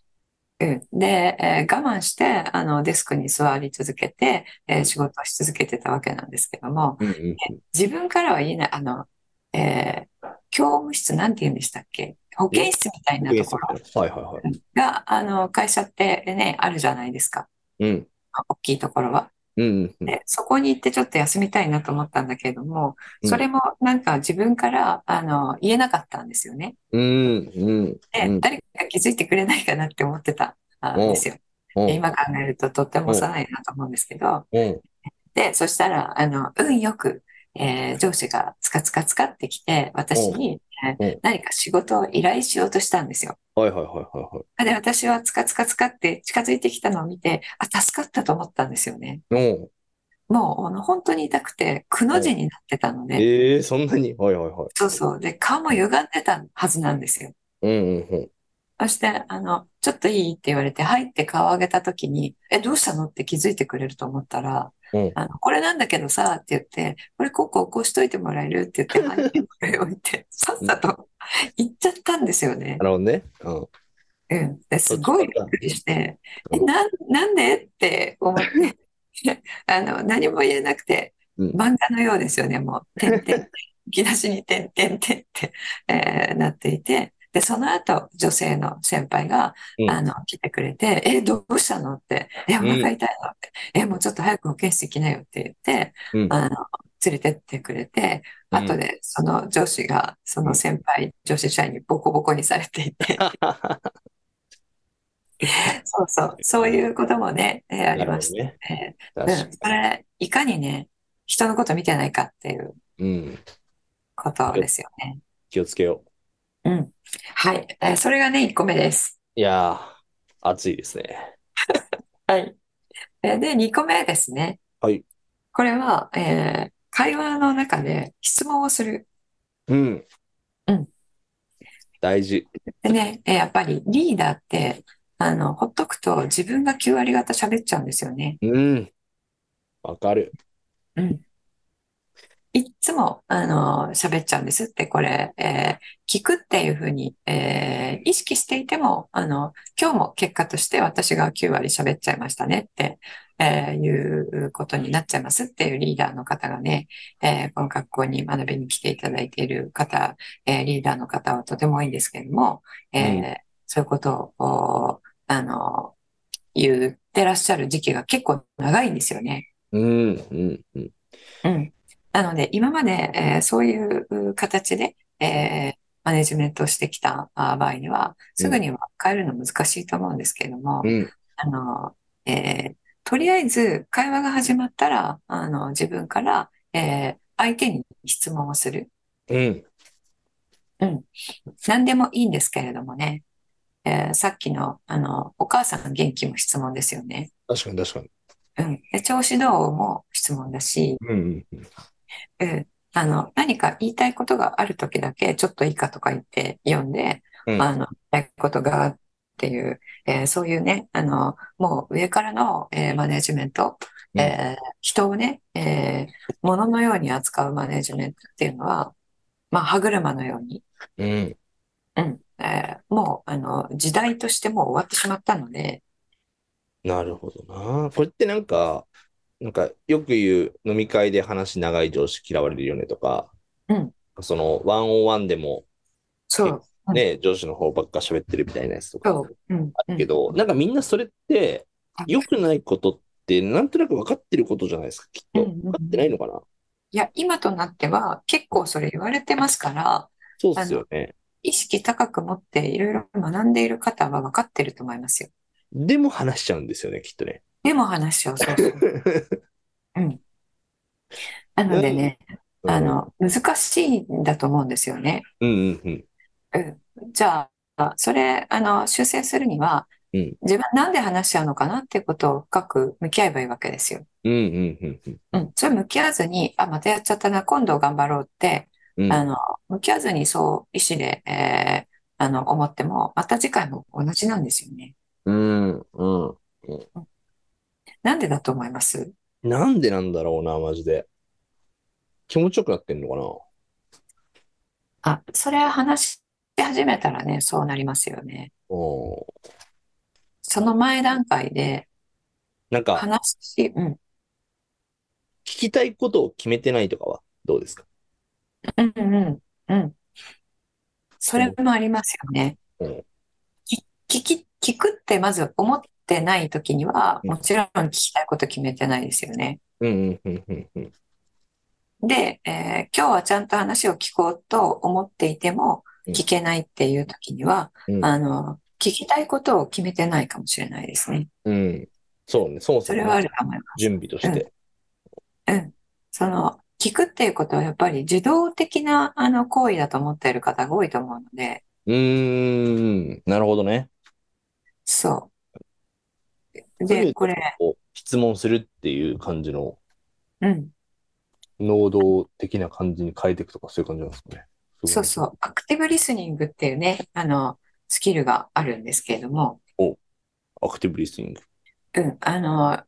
で、えー我慢して、あの、デスクに座り続けて、えー仕事をし続けてたわけなんですけども、
うんうん
自分からは言えない、あの、えー教務室なんて言うんでしたっけ保健室みたいなところ
はいはいはい。
が、あの、会社ってね、あるじゃないですか。
うん。
大きいところは。
うん。うん
で、そこに行ってちょっと休みたいなと思ったんだけれども、
うん
それもなんか自分から、あの、言えなかったんですよね。
うん。うん。
で、
うん
誰か気づいてくれないかなって思ってたんですよ。
おう
今考えるととっても幼いなと思うんですけど。
おう
で、そしたら、あの、運よく、えー上司がつかつかつかってきて、私に、えー
うん
何か仕事を依頼しようとしたんですよ。
はいはいはいは
で、私はつかつかつかって近づいてきたのを見て、あ、助かったと思ったんですよね。
いはい。おう
もう、あの、本当に痛くて、くの字になってたので、
ええ、そんなにはいはいはい。
そうそう。で、顔も歪んでたはずなんですよ。
うんうんうん。
そして、あの、ちょっといいって言われて、はいって顔上げたときに、え、どうしたのって気づいてくれると思ったら、
うん
あの、これなんだけどさ、って言って、これこうこうこうしといてもらえるって言って、はいってこれを言って、さっさと行っちゃったんですよね
な。るほどね。うん。
うん。で、すごいびっくりして、え、なん、なんでって思って、 あの、何も言えなくて、
うん
漫画のようですよね、もう、てん てん、引き出しにてんてんてんって、えーなっていて、で、その後、女性の先輩が
う、ん
あの、来てくれて、え、どうしたのって、え、お
うん
腹痛いのって、え、もうちょっと早く保健室行きなよって言って、
うん
あの、連れてってくれて、
うん
後で、その上司が、その先輩、女子社員にボコボコにされていて、そうそう、そういうこともね、えーありました
ね。
ね。
確
うん、
か
それ、いかにね、人のこと見てないかっていう
に。うん。
ことですよね。
気をつけよう。
うん。はい。えーそれがね、1個目です。
いやー、暑いですね。
はい。えーで、2個目ですね。
はい。
これは、えー会話の中で質問をする。
うん。
うん。
大事。
でね、えーやっぱりリーダーって、あの、ほっとくと自分が9割方喋っちゃうんですよね。
うん。わかる。
うん。いっつも、あの、喋っちゃうんですって、これ、えー聞くっていうふうに、えー意識していても、あの、今日も結果として私が9割喋っちゃいましたねって、えーいうことになっちゃいますっていうリーダーの方がね、えーこの学校に学びに来ていただいている方、えーリーダーの方はとても多いんですけれども、えー
う
そういうことを、こうあの、言ってらっしゃる時期が結構長いんですよね。
うん、うん、うん。
うん。なので、今まで、えーそういうう形で、えーマネジメントをしてきたあ場合には、すぐには変えるの難しいと思うんですけれども、
うん、
あの、えーとりあえず会話が始まったら、あの、自分から、えー相手に質問をする。
うん、
何でもいいんですけれどもね、えーさっきの、あの、お母さん元気も質問ですよね。
確かに確かに。
うん。で調子どうも質問だし、
うん、うん、
うんあの、何か言いたいことがある時だけ、ちょっといいかとか言って読んで、
うん
あの、言いたいことがっていう、えーそういうね、あの、もう上からの、えーマネジメント、
うん
えー人をね、えー物のように扱うマネジメントっていうのは、まあ、歯車のように、
うん、
うん、えーもう、あの、時代としてもう終わってしまったので、
なるほどな。これってなんか、なんかよく言う飲み会で話長い上司嫌われるよねとか、
うん
そのワンオンワンでも
そう、
ね、上司の方ばっか喋ってるみたいなやつとか
そう、うん、
あるけど、なんかみんなそれって良くないことってなんとなく分かってることじゃないですか、きっ
うん、
と。
うんう
分
ん
かってないのかな。
いや、今となっては結構それ言われてますから、
そうですよね。
意識高く持っていろいろ学んでいる方は分かってると思いますよ。
でも話しちゃうんですよね、きっとね。
でも話を そうそう。うん。なのでね、 あの、難しいんだと思うんですよね。
うんうんうん。
じゃあ、それ、あの、修正するには、
うん
自分なんで話しちゃうのかなっていうことを深く向き合えばいいわけですよ。
うんうんうんうん。
うん。それ向き合わずに、あ、またやっちゃったな、今度頑張ろうって、
うん
あの、向き合わずにそう意思で、えーあの、思っても、また次回も同じなんですよね。
うんうん。
なんでだと思います
なんでなんだろうな、マジで。気持ちよくなってんのかな。
あ、それは話し始めたらね、そうなりますよね。
お
その前段階で
なんか、
話し、うん、
聞きたいことを決めてないとかはどうですか
うん、うん、うん。それもありますよね
うん。
き聞き、聞くってまず思ってない時には、
うん
もちろん聞きたいこと決めてないですよね。
うんうんうんうんうん。
で、えー今日はちゃんと話を聞こうと思っていても、
うん
聞けないっていう時には
う、ん
あの、聞きたいことを決めてないかもしれないですね。
うん。そうね、そもそ
それ
も
はあ
ね
ると思います。
準備として。
うん。その、聞くっていうことはやっぱり受動的なあの行為だと思っている方が多いと思うので、
うーん、なるほどね。
そう。
それよ
で、
り
これ、
こう質問するっていう感じの、
うん、
能動的な感じに変えていくとか、そういう感じなんですかね。。
そうそうう、アクティブリスニングっていうね、あの、スキルがあるんですけれども、
アクティブリスニング。
うん、あの、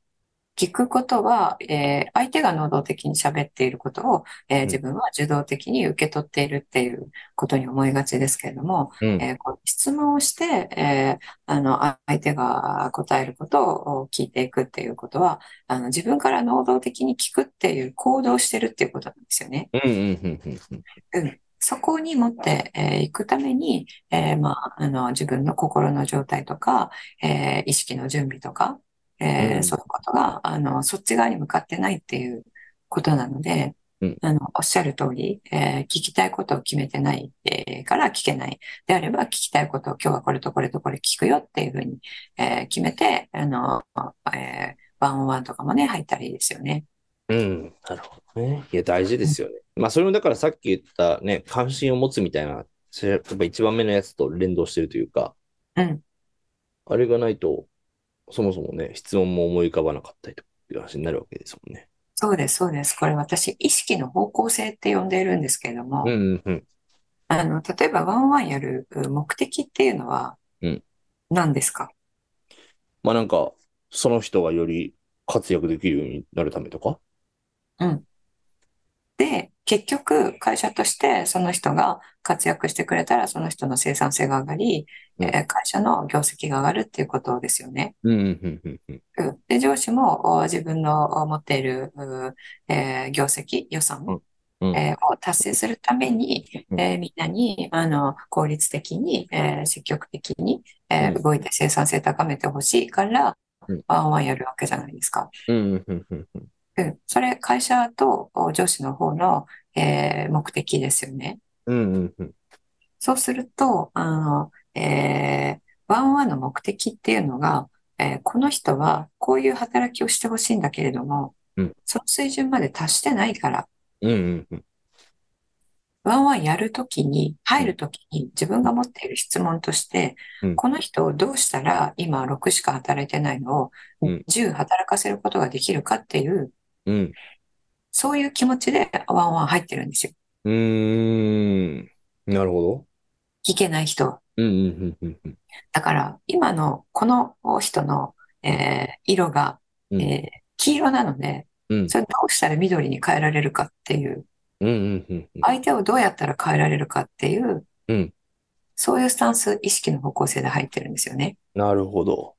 聞くことは、えー相手が能動的に喋っていることを、えー
うん
自分は受動的に受け取っているっていうことに思いがちですけれども、
うん
えーこう質問をして、えーあの、あ相手が答えることを聞いていくっていうことは、あの、自分から能動的に聞くっていう行動をしてるっていうことなんですよね。
うんうんうんうんうん。
そこに持ってえーいくために、えーまあ、あの、自分の心の状態とか、えー意識の準備とか、えー
うん
そういうことが、あの、そっち側に向かってないっていうことなので、
うん
あの、おっしゃる通り、えー聞きたいことを決めてない、えーから聞けない。であれば、聞きたいことを今日はこれとこれとこれ聞くよっていうふうに、えー決めて、あの、えーワンオンワンとかもね、入ったらいいですよね。
うん、なるほどね。いや、大事ですよね。まあ、それもだからさっき言ったね、関心を持つみたいな、それやっぱ一番目のやつと連動してるというか、
うん。
あれがないと、そもそもね、質問も思い浮かばなかったりとかいう話になるわけですもんね。
そうです、そうです。これ私、意識の方向性って呼んでいるんですけれども、
うんうんうん。
あの、例えばワンワンやるう目的っていうのは
うん
何ですか
まあなんか、その人がより活躍できるようになるためとか。
で、結局、会社としてその人が活躍してくれたら、その人の生産性が上がり、
うん
えー会社の業績が上がるっていうことですよね。
うん、うん、うん、うん。
うんで、上司もお自分のお持っている、うえー業績、予算、
うんうん
えーを達成するために、
うん
えーみんなに、あの、効率的に、えー積極的に、えー
うん
動いて生産性高めてほしいから
うん、
ワンワンやるわけじゃないですか。
うん、うん、うん、うん。
うん。それ、会社とお上司の方の、えー目的ですよね。
うん、うん、うん。
そうすると、あの、えーワンワンの目的っていうのが、えーこの人はこういう働きをしてほしいんだけれども
うん、
その水準まで達してないから、
うん、うん、うん。
ワンワンやるときに、入るときに自分が持っている質問として
うん、
この人をどうしたら今6しか働いてないのを
うん
10働かせることができるかっていう、
うん。
そういう気持ちでワンワン入ってるんですよ。
うーん。なるほど。
いけない人は。
うん、うん、うん、うん。
だから、今のこの人の、えー色が、
うん、
えー黄色なので、
うん
それどうしたら緑に変えられるかっていう、
うん、うん、うん、うん。
相手をどうやったら変えられるかっていう
うん、
そういうスタンス、意識の方向性で入ってるんですよね。
なるほど。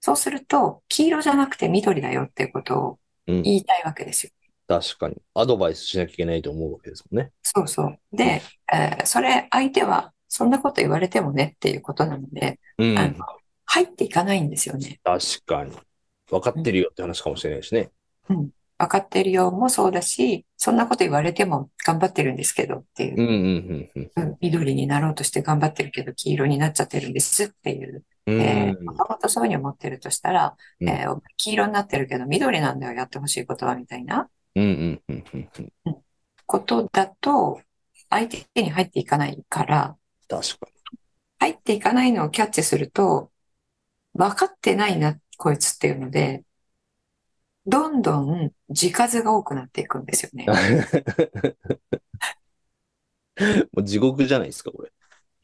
そうすると、黄色じゃなくて緑だよっていうことを
うん、
言いたいわけですよ。
確かに。アドバイスしなきゃいけないと思うわけですもんね。
そうそう。で、えーそれ相手は、そんなこと言われてもねっていうことなので、
うん、
あの、入っていかないんですよね。
確かに。分かってるよって話かもしれないしね。
分かってるよもそうだし、そんなこと言われても頑張ってるんですけどっていう
う。ん、うん、うん、
うん緑になろうとして頑張ってるけど黄色になっちゃってるんですっていう、
うん。
え
う
ー、
ん
もともとそういうふうに思ってるとしたら、
うん
えーお前黄色になってるけど緑なんだよ、やってほしいことはみたいな
うん、うん、うん、うん。
ことだと、相手に入っていかないから、
確か
入っていかないのをキャッチすると、分かってないな、こいつっていうので、どんどん字数が多くなっていくんですよね。
に。 もう地獄じゃないですか、これ。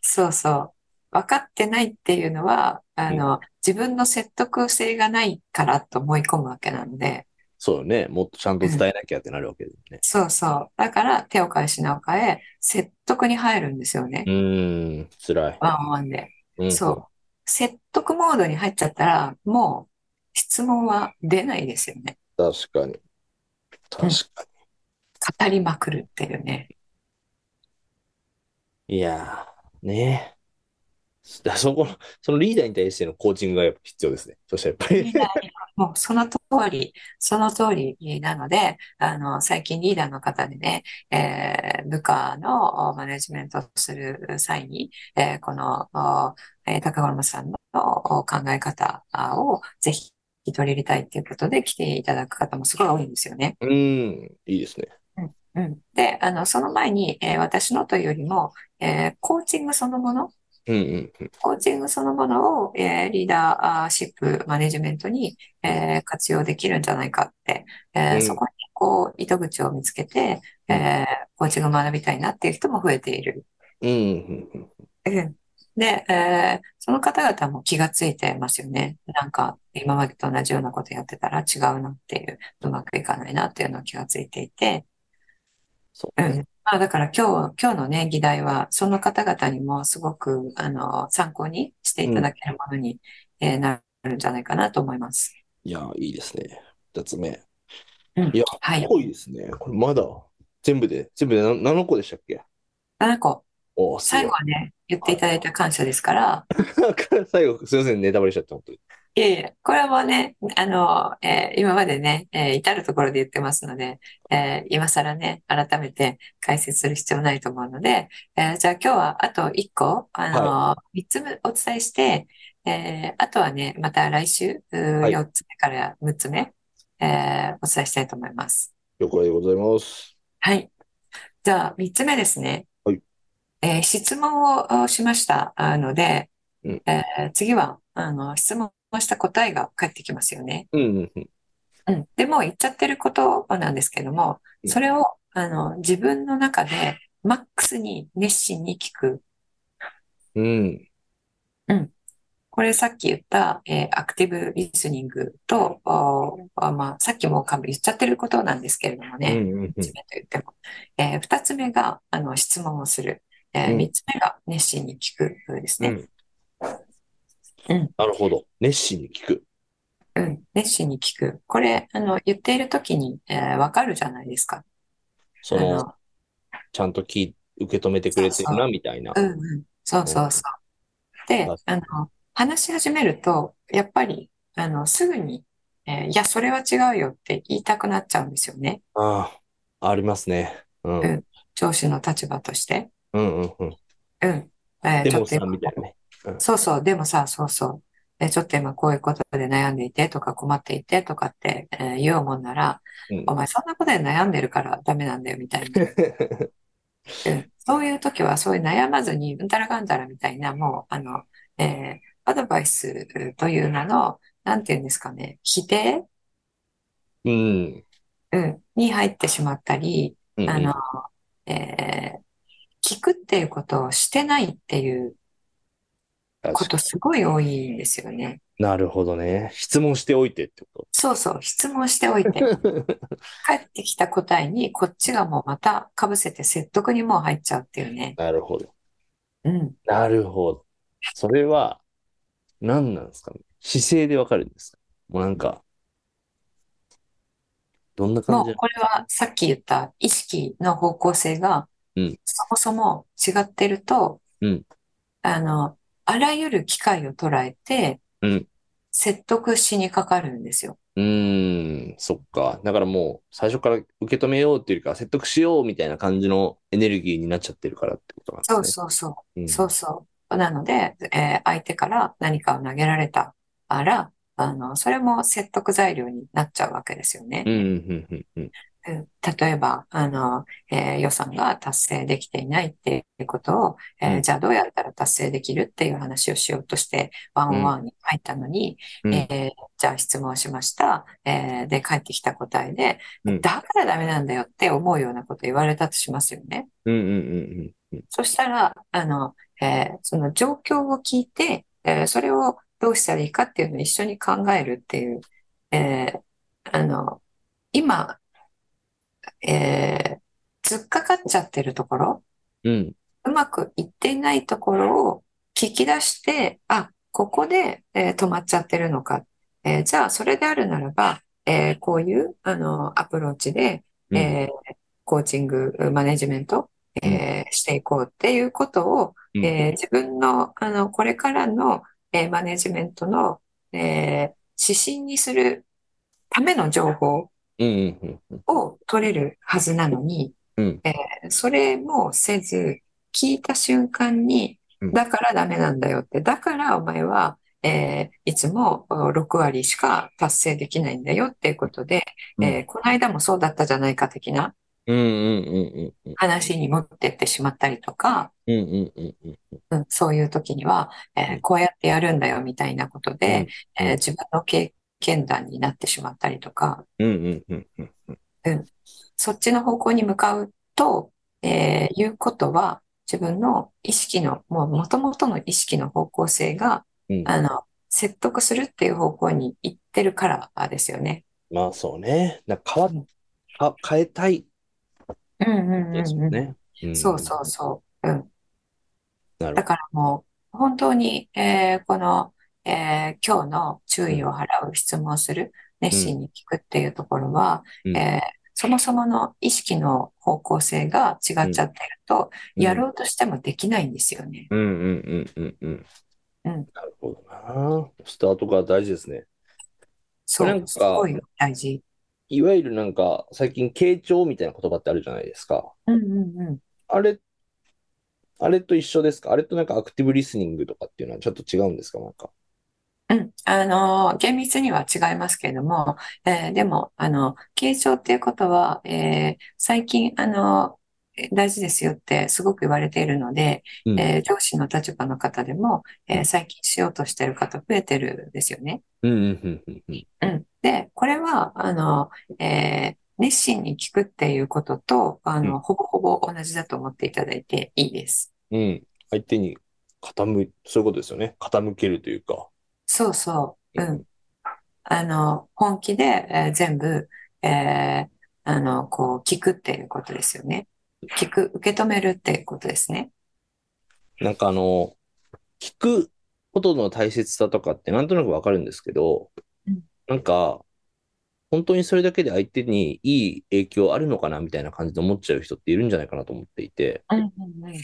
そうそう。分かってないっていうのは、あの、自分の説得性がないからと思い込むわけなんで、
そうよね。もっとちゃんと伝えなきゃってなるわけですね。
そうそう。だから手を変え品を変え、説得に入るんですよね
う。ーん、辛い。
ワンオンワンで。
うん
そう。説得モードに入っちゃったら、もう質問は出ないですよね。
確かに。確か
語りまくるっていうね。
に。いやー、ね え。だそこの、そのリーダーに対してのコーチングがやっぱ必要ですね。そしてやっぱ
リ
り。
ーダーにはもうその通り、その通りなので、あの、最近リーダーの方でね、えー部下のおマネジメントをする際に、えーこの、おえー高頃さんのお考え方をぜひ取り入れたいということで来ていただく方もすごい多いんですよね。
うーん、いいですね。
うん。で、あの、その前に、えー私のというよりも、えーコーチングそのもの、
うんうんうん。
コーチングそのものを、えーリーダーシップ、マネジメントに、えー活用できるんじゃないかって、えー
うん
そこにこう糸口を見つけて、えーコーチングを学びたいなっていう人も増えている。
うんうん
うんで、えーその方々も気がついてますよね。なんか今までと同じようなことやってたら違うなっていう、うまくいかないなっていうのを気がついていて、
そう
う
ね。
ん。まあ、だから今日、今日のね、議題は、その方々にもすごく、あの、参考にしていただけるものに、えーなるんじゃないかなと思います。
いやー、いいですね。二つ目。
うん
いや、
はい。
多いですね。これまだ、全部で、全部で何何個でしたっけ
7個、
おー、すごい
最後はね、言っていただいた感謝ですから、
最後、すいません、ネタバレしちゃった、本当に。
いえいえ、これもね、あの、えー今までね、えー至るところで言ってますので、えー今更ね、改めて解説する必要ないと思うので、えーじゃあ今日はあと1個、あの、3つお伝えして、えーあとはね、また来週、うー
はい
4つ目から6つ目、えーお伝えしたいと思います。
了解でございます。
はい。じゃあ、三つ目ですね。
はい
えー質問をあしましたあので、
うん
えー次は、あの、質問をした答えが返ってきますよね。
うんうんうん。
うん。でもう言っちゃってることなんですけども、
うん
それを、あの、自分の中でマックスに熱心に聞く。
うん。
これさっき言った、えーアクティブリスニングと、おあまあ、さっきも言っちゃってることなんですけれども
うん
ね、
うんうん
一つ目と言っても。えー二つ目が、あの、質問をする。えー
うん
三つ目が、熱心に聞くです
う
ね。
ん
うん
なるほど。熱心に聞く。
うん。熱心に聞く。これ、あの、言っているときに、えーわかるじゃないですか。
そ
あ
の、
の、
ちゃんと聞い受け止めてくれてるな、みたいな。
うんうん、そうそうそう。で、あの、話し始めると、やっぱり、あの、すぐに、えーいや、それは違うよって言いたくなっちゃうんですよね。
ああ、ありますね。うん。
うん上司の立場として。
うんうんうん。
うん。えー
で
ちょ
も
っと
さ、
今
みたいなね。
そうそう、でもさ、そうそう。えーちょっと今こういうことで悩んでいてとか困っていてとかって、えー言おうもんなら、
うん
お前そんなことで悩んでるからダメなんだよみたいな。う んそういう時は、そういう悩まずに、うんたらかんたらみたいな、もう、あの、えーアドバイスという名の、なんていうんですかね、否定、
うん。
うん、に入ってしまったり、
うん
あの、えー聞くっていうことをしてないっていうこ
確か
とすごい多いんですよね。
になるほどね。質問しておいてってこ
そうそう、質問しておいて、
と。
返ってきた答えに、こっちがもうまた被せて説得にもう入っちゃうっていうね。
なるほど。
うん。
なるほど。それは、何なんですかね。姿勢でわかるんですかもうなんか、どんな感
も
じ
うこれはさっき言った意識の方向性が
うん
そもそも違ってると、
うん
あの、あらゆる機会を捉えて
うん
説得しにかかるんですよ。
うーん、そっか。だからもう、最初から受け止めようっていうよりか、説得しようみたいな感じのエネルギーになっちゃってるからってことなんです
そうそ
ね。
うそう。
うん
そうそう。なので、えー相手から何かを投げられたら、あの、それも説得材料になっちゃうわけですよね
う。んうんうんう
う
ん
ん例えば、あの、えー予算が達成できていないっていうことを、えー
うん
じゃあどうやったら達成できるっていう話をしようとして、ワンオンワンに入ったのに、
うんうん
えーじゃあ質問しました。えーで、返ってきた答えで、
うん
だからダメなんだよって思うようなこと言われたとしますよね。
うんうんうん
そしたら、あの、えーその状況を聞いて、えーそれをどうしたらいいかっていうのを一緒に考えるっていう、えーあの、今、えー突っかかっちゃってるところ、
うん
うまくいっていないところを聞き出して、あ、ここで、えー止まっちゃってるのか。えーじゃあ、それであるならば、えーこういう、あの、アプローチで、
うん
えーコーチング、マネジメント、えーしていこうっていうことを、
うん
えー自分の、あの、これからの、えーマネジメントの、えー指針にするための情報
うんうんうん
を取れるはずなのに、
うん
えーそれもせず、聞いた瞬間に
うん、
だからダメなんだよって、だからお前は、えーいつもお6割しか達成できないんだよっていうことで、
うん
えーこの間もそうだったじゃないか的な
うんうんうんうん
話に持ってってしまったりとか、
うんうんうんうん
うん、そういう時には、えーこうやってやるんだよみたいなことで、
うん
えー自分の経験談になってしまったりとか、
うんうんうんうん
そっちの方向に向かうと、えーいうことは、自分の意識の、もう元々の意識の方向性が、
うん
あの、説得するっていう方向に行ってるからですよね。
まあそうね。なんか変わっか変えたい
うんうんうん
です
う
よ
ん。
ね。ん
そうそうそう。うん。
なる
だからもう、本当に、えーこの、えー今日の注意を払う、質問する、熱心に聞くっていうところは、
うん
えーそもそもの意識の方向性が違っちゃってると、
うん
やろうとしてもできないんですよね。
うんうんうんうんうん。
うん
なるほどな。スタートが大事ですね。
そ
なん
う、
か
すごい大事。
いわゆるなんか最近傾聴みたいな言葉ってあるじゃないですか。
うんうんうん。
あれ、あれと一緒ですかあれとなんかアクティブリスニングとかっていうのはちょっと違うんですかなんか。
うん、あの、厳密には違いますけれども、えーでも、あの、継承っていうことは、えー最近、あの、え大事ですよってすごく言われているので、
うん
えー上司の立場の方でも、えー最近しようとしてる方増えてるんですよね。
うんうんうんうんうん。
うん。で、これは、あの、えー熱心に聞くっていうことと、あ
うん
の、ほぼほぼ同じだと思っていただいていいです。
うん。相手に傾い、そういうことですよね。傾けるというか。
そうそう、うん。あの、本気で、えー全部、えーあの、こう、聞くっていうことですよね。聞く、受け止めるっていうことですね。
なんかあの、聞くことの大切さとかってなんとなくわかるんですけど
うん、
なんか、本当にそれだけで相手にいい影響あるのかなみたいな感じで思っちゃう人っているんじゃないかなと思っていて、
うんうんうん。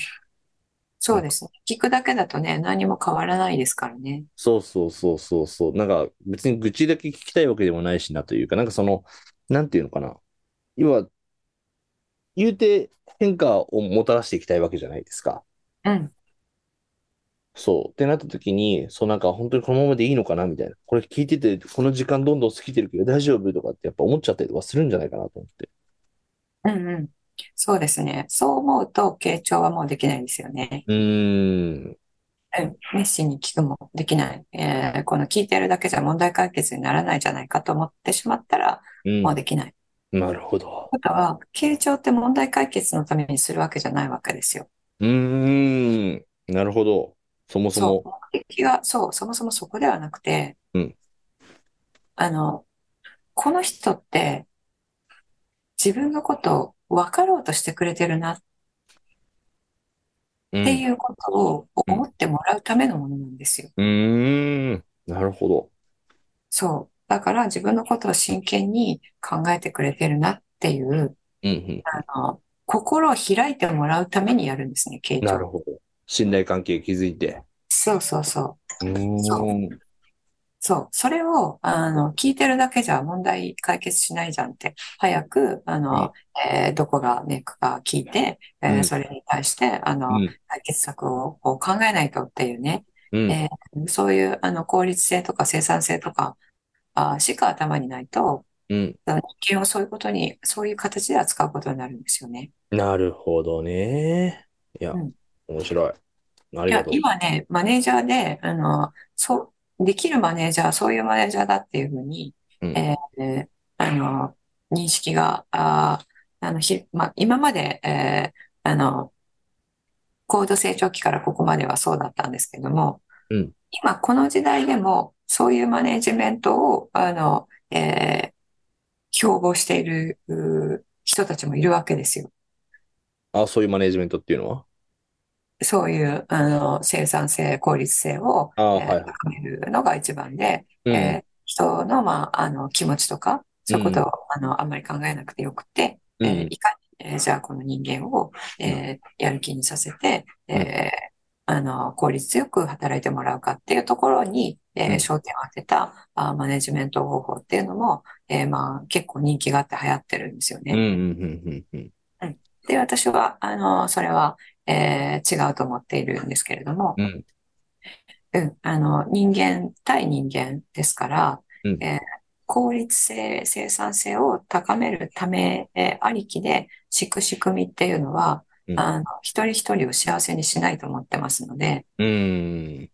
そうですね。聞くだけだとね、何も変わらないですからね。
そうそうそうそうそう、なんか別に愚痴だけ聞きたいわけでもないしなというか、なんかその、なんていうのかな。要は、言うて変化をもたらしていきたいわけじゃないですか。
うん。
そう。ってなった時に、そうなんか本当にこのままでいいのかなみたいな。これ聞いてて、この時間どんどん過ぎてるけど大丈夫とかってやっぱ思っちゃったりとかするんじゃないかなと思って。
うんうん。そうですね。そう思うと、傾聴はもうできないですよね。
うーん。
うん。熱心に聞くもできない。えーこの聞いてるだけじゃ問題解決にならないんじゃないかと思ってしまったら、
うん
もうできない。
なるほど。
だから、傾聴って問題解決のためにするわけじゃないわけですよ。
うーん。なるほど。そもそ
そう、
も。
目的が、そう、そもそもそこではなくて
うん、
あの、この人って、自分のことを分かろうとしてくれてるなっ
う
て
ん。
いうことを思ってもらうためのものなんですよ。
うーん。なるほど。
そう。だから自分のことを真剣に考えてくれてるなっていう、
うんうん。
あの、心を開いてもらうためにやるんですね、傾
な
聴。
るほど。信頼関係築いて。
そうそうそう。
うーん。
そう。それを、あの、聞いてるだけじゃ問題解決しないじゃんって。早く、あの、えーどこがネックか聞いて、えー
うん
それに対して、あの、
うん
解決策をこう考えないとっていうね、
うん。
えそういう、あの、効率性とか生産性とか、あーしか頭にないと、
うん。
あの人間をそういうことに、そういう形で扱うことになるんですよね。
なるほどね。いや
うん、
面白い。あ
い
り
や
が、とう。
今ね、マネージャーで、あの、そう、できるマネージャー、そういうマネージャーだっていうふうに、
うん
えーあの、認識が、あー、あの、ひ、まあ、今まで、えーあの、高度成長期からここまではそうだったんですけども、
うん
今この時代でも、そういうマネージメントを、あの、えー標榜しているうー人たちもいるわけですよ。
あ、そういうマネジメントっていうのは
そういう、あの、生産性、効率性を、
あー
えー
はいはい
高めるのが一番で、
うん。
えー人の、まあ、あの、気持ちとか、そういうことを、あの、あんまり考えなくてよくて、
うん
えーいかに、えーじゃあこの人間を、えーやる気にさせて、えーあの、効率よく働いてもらうかっていうところに、えー
うん
焦点を当てた、あー、マネジメント方法っていうのも、えーまあ、結構人気があって流行ってるんですよね。
うんうんうんうんうん。
で、私は、あの、それは、えー違うと思っているんですけれども、
うん
うん、あの、人間対人間ですから、
うん
えー効率性、生産性を高めるため、えーありきで敷く仕組みっていうのは、
うん
あの、一人一人を幸せにしないと思ってますので、
うーん。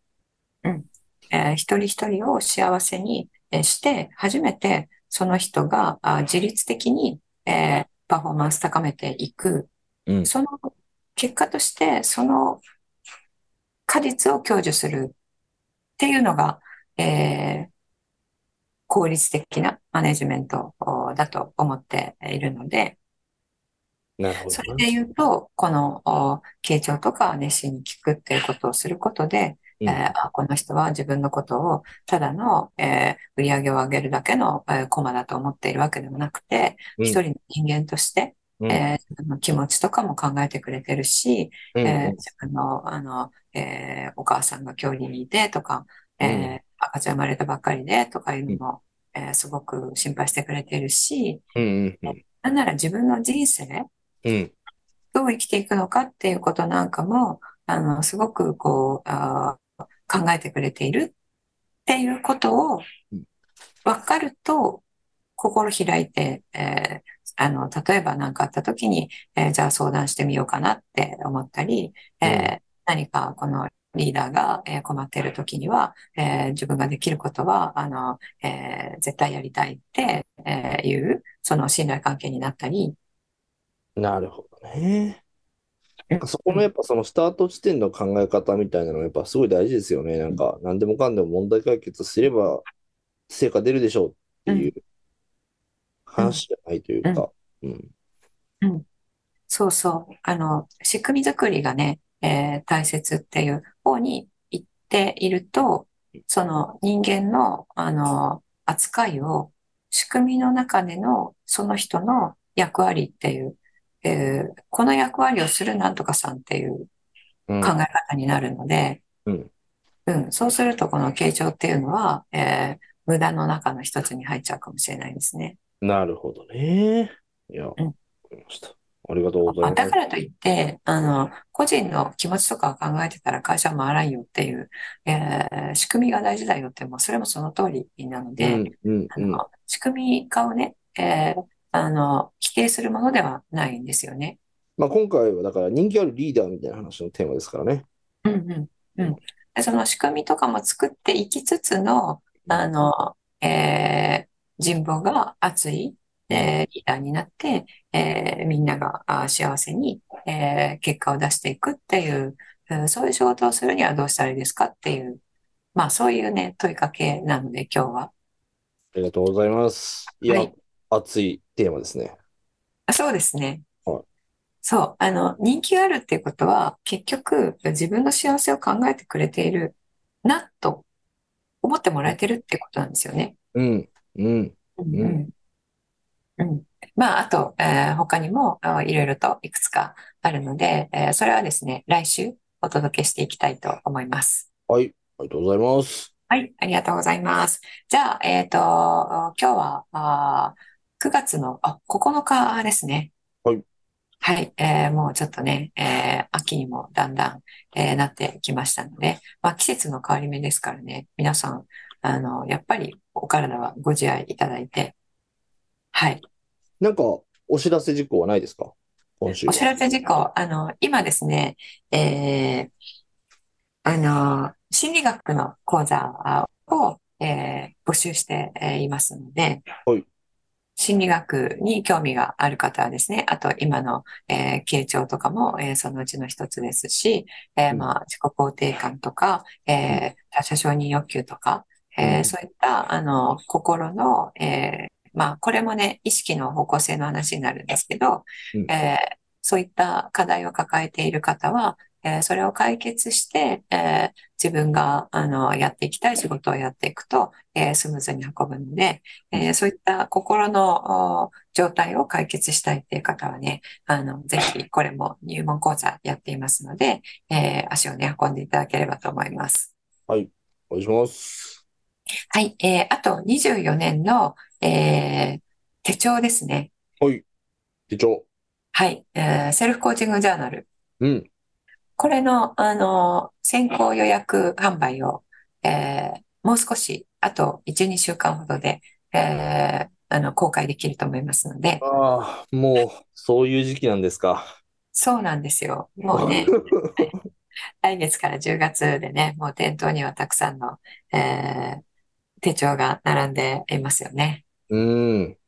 えー一人一人を幸せにえーして、初めてその人があー自律的に、えーパフォーマンス高めていく。
うん
その結果として、その果実を享受するっていうのが、えー効率的なマネジメントおだと思っているので、
なるほ
そ
ど
れで
な。
言うと、この、お傾聴とか熱心に聞くっていうことをすることで、
うん
えーあこの人は自分のことをただの、えー売り上げを上げるだけの、えーコマだと思っているわけでもなくて、
うん
一人の人間として、
うん
えー自分の気持ちとかも考えてくれてるし、
うん
えー自分の、あの、えーお母さんが距離にいてとか、えー
う
赤ちゃん生まれたばっかりでとかいうのも、えーすごく心配してくれてるし、
うんうん
なんなら自分の人生、
うん
どう生きていくのかっていうことなんかも、あの、すごくこう、あー考えてくれているっていうことを
うん
分かると、心開いて、えーあの、例えば何かあった時に、えーじゃあ相談してみようかなって思ったり、えー何かこのリーダーがえー困っている時には、えー自分ができることは、あの、えー絶対やりたいってえーいう、その信頼関係になったり、
なるほどね。なんかそこのやっぱそのスタート地点の考え方みたいなのがやっぱすごい大事ですよね。なんか何でもかんでも問題解決すれば成果出るでしょうっていう話じゃないというか。うん。
そうそう。あの、仕組み作りがね、えー大切っていう方に行っていると、その人間の、あの、扱いを仕組みの中でのその人の役割っていう、えーこの役割をするなんとかさんっていう
うん。
考え方になるので、
うん
うんそうするとこの形状っていうのは、えー無駄の中の一つに入っちゃうかもしれないですね。
なるほどね。いや、わか
ん
りました。ありがとうござ
まあ
いま
だ
す
か。らといって、あの、個人の気持ちとかを考えてたら会社回らんよっていう、えー仕組みが大事だよって、もうそれもその通りなの
う
で、
ん、うん、
あ
うん。
の、仕組み化をね、えーあの、否定するものではないんですよね。
まあ今回はだから人気あるリーダーみたいな話のテーマですからね。
うんうん、うん。で、その仕組みとかも作っていきつつの、あの、えー人望が熱い、えーリーダーになって、えーみんながあ幸せに、えー結果を出していくっていう、うんそういう仕事をするにはどうしたらいいですかっていう、まあそういうね、問いかけなので今日は。
ありがとうございます。いや、
はい
熱いテーマですね。
あそうですね
はい。
そう、あの、人気があるっていうことは、結局自分の幸せを考えてくれているなと思ってもらえてるってことなんですよね。
うん、うん。
うんうんうんまあ、あと、えー他にもあいろいろといくつかあるので、えーそれはですね、来週お届けしていきたいと思います。
はい、ありがとうございます。
はい、ありがとうございます。じゃあ、えっと、今日は、あー9月の、あ、9日ですね。
はい。
はい、えーもうちょっとね、えー秋にもだんだん、えーなってきましたので、まあ、季節の変わり目ですからね、皆さん、あの、やっぱりお体はご自愛いただいて、はい。
なんか、お知らせ事項はないですか今週
お
は。
知らせ事項、あの、今ですね、えーあの、心理学の講座を、えー募集してえーいますので
はい、
心理学に興味がある方はですね、あと今の、えー、傾聴とかも、えーそのうちの一つですし、えー
うん
まあ、自己肯定感とか、えー他者承認欲求とか、えー
うん
そういった、あの、心の、えーまあ、これもね、意識の方向性の話になるんですけど、
うん
えーそういった課題を抱えている方は、えーそれを解決して、えー自分が、あの、やっていきたい仕事をやっていくと、えースムーズに運ぶので、えーそういった心のお状態を解決したいっていう方はね、あの、ぜひこれも入門講座やっていますので、えー足をね、運んでいただければと思います。
お願いします。
はい、えーあと24年の、えー手帳ですね。
手帳。
はい、えーセルフコーチングジャーナル。
うん。
これの、あの、先行予約販売を、えーもう少し、あと1、2週間ほどで、えーあの、公開できると思いますので、
ああ、もう、そういう時期なんですか。
そうなんですよ。もうね、来月から10月でね、もう店頭にはたくさんの、えー手帳が並んでいますよね。
うん。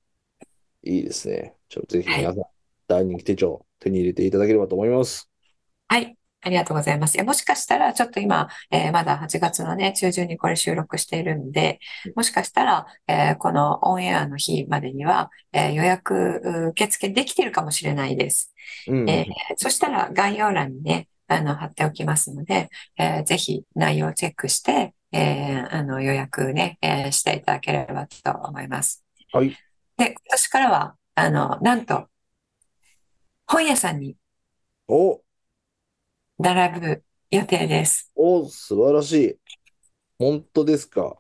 いいですね。ちょっとぜひ
はい
皆さん、大人気手帳、手に入れていただければと思います。
はい。ありがとうございます。いやもしかしたら、ちょっと今、えーまだ8月のね、中旬にこれ収録しているんで、もしかしたら、えーこのオンエアの日までには、えー予約う受付できてるかもしれないです。
うん。
えーそしたら概要欄にね、あの、貼っておきますので、えーぜひ内容をチェックして、えーあの、予約ね、えーしていただければと思います。
はい。
で、今年からは、あの、なんと、本屋さんに
お、
並ぶ予定です。
お、素晴らしい。本当ですか。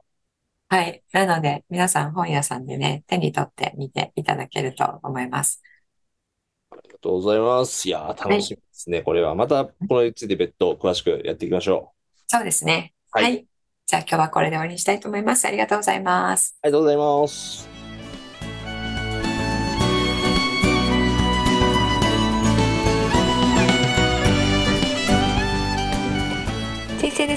はい。なので、皆さん本屋さんでね、手に取って見ていただけると思います。
ありがとうございます。いやー、楽しみですね。これはまた、これについて別途詳しくやっていきましょう。
そうですね。
はい
はい。じゃあ今日はこれで終わりにしたいと思います。ありがとうございます。
ありがとうございます。
人生デ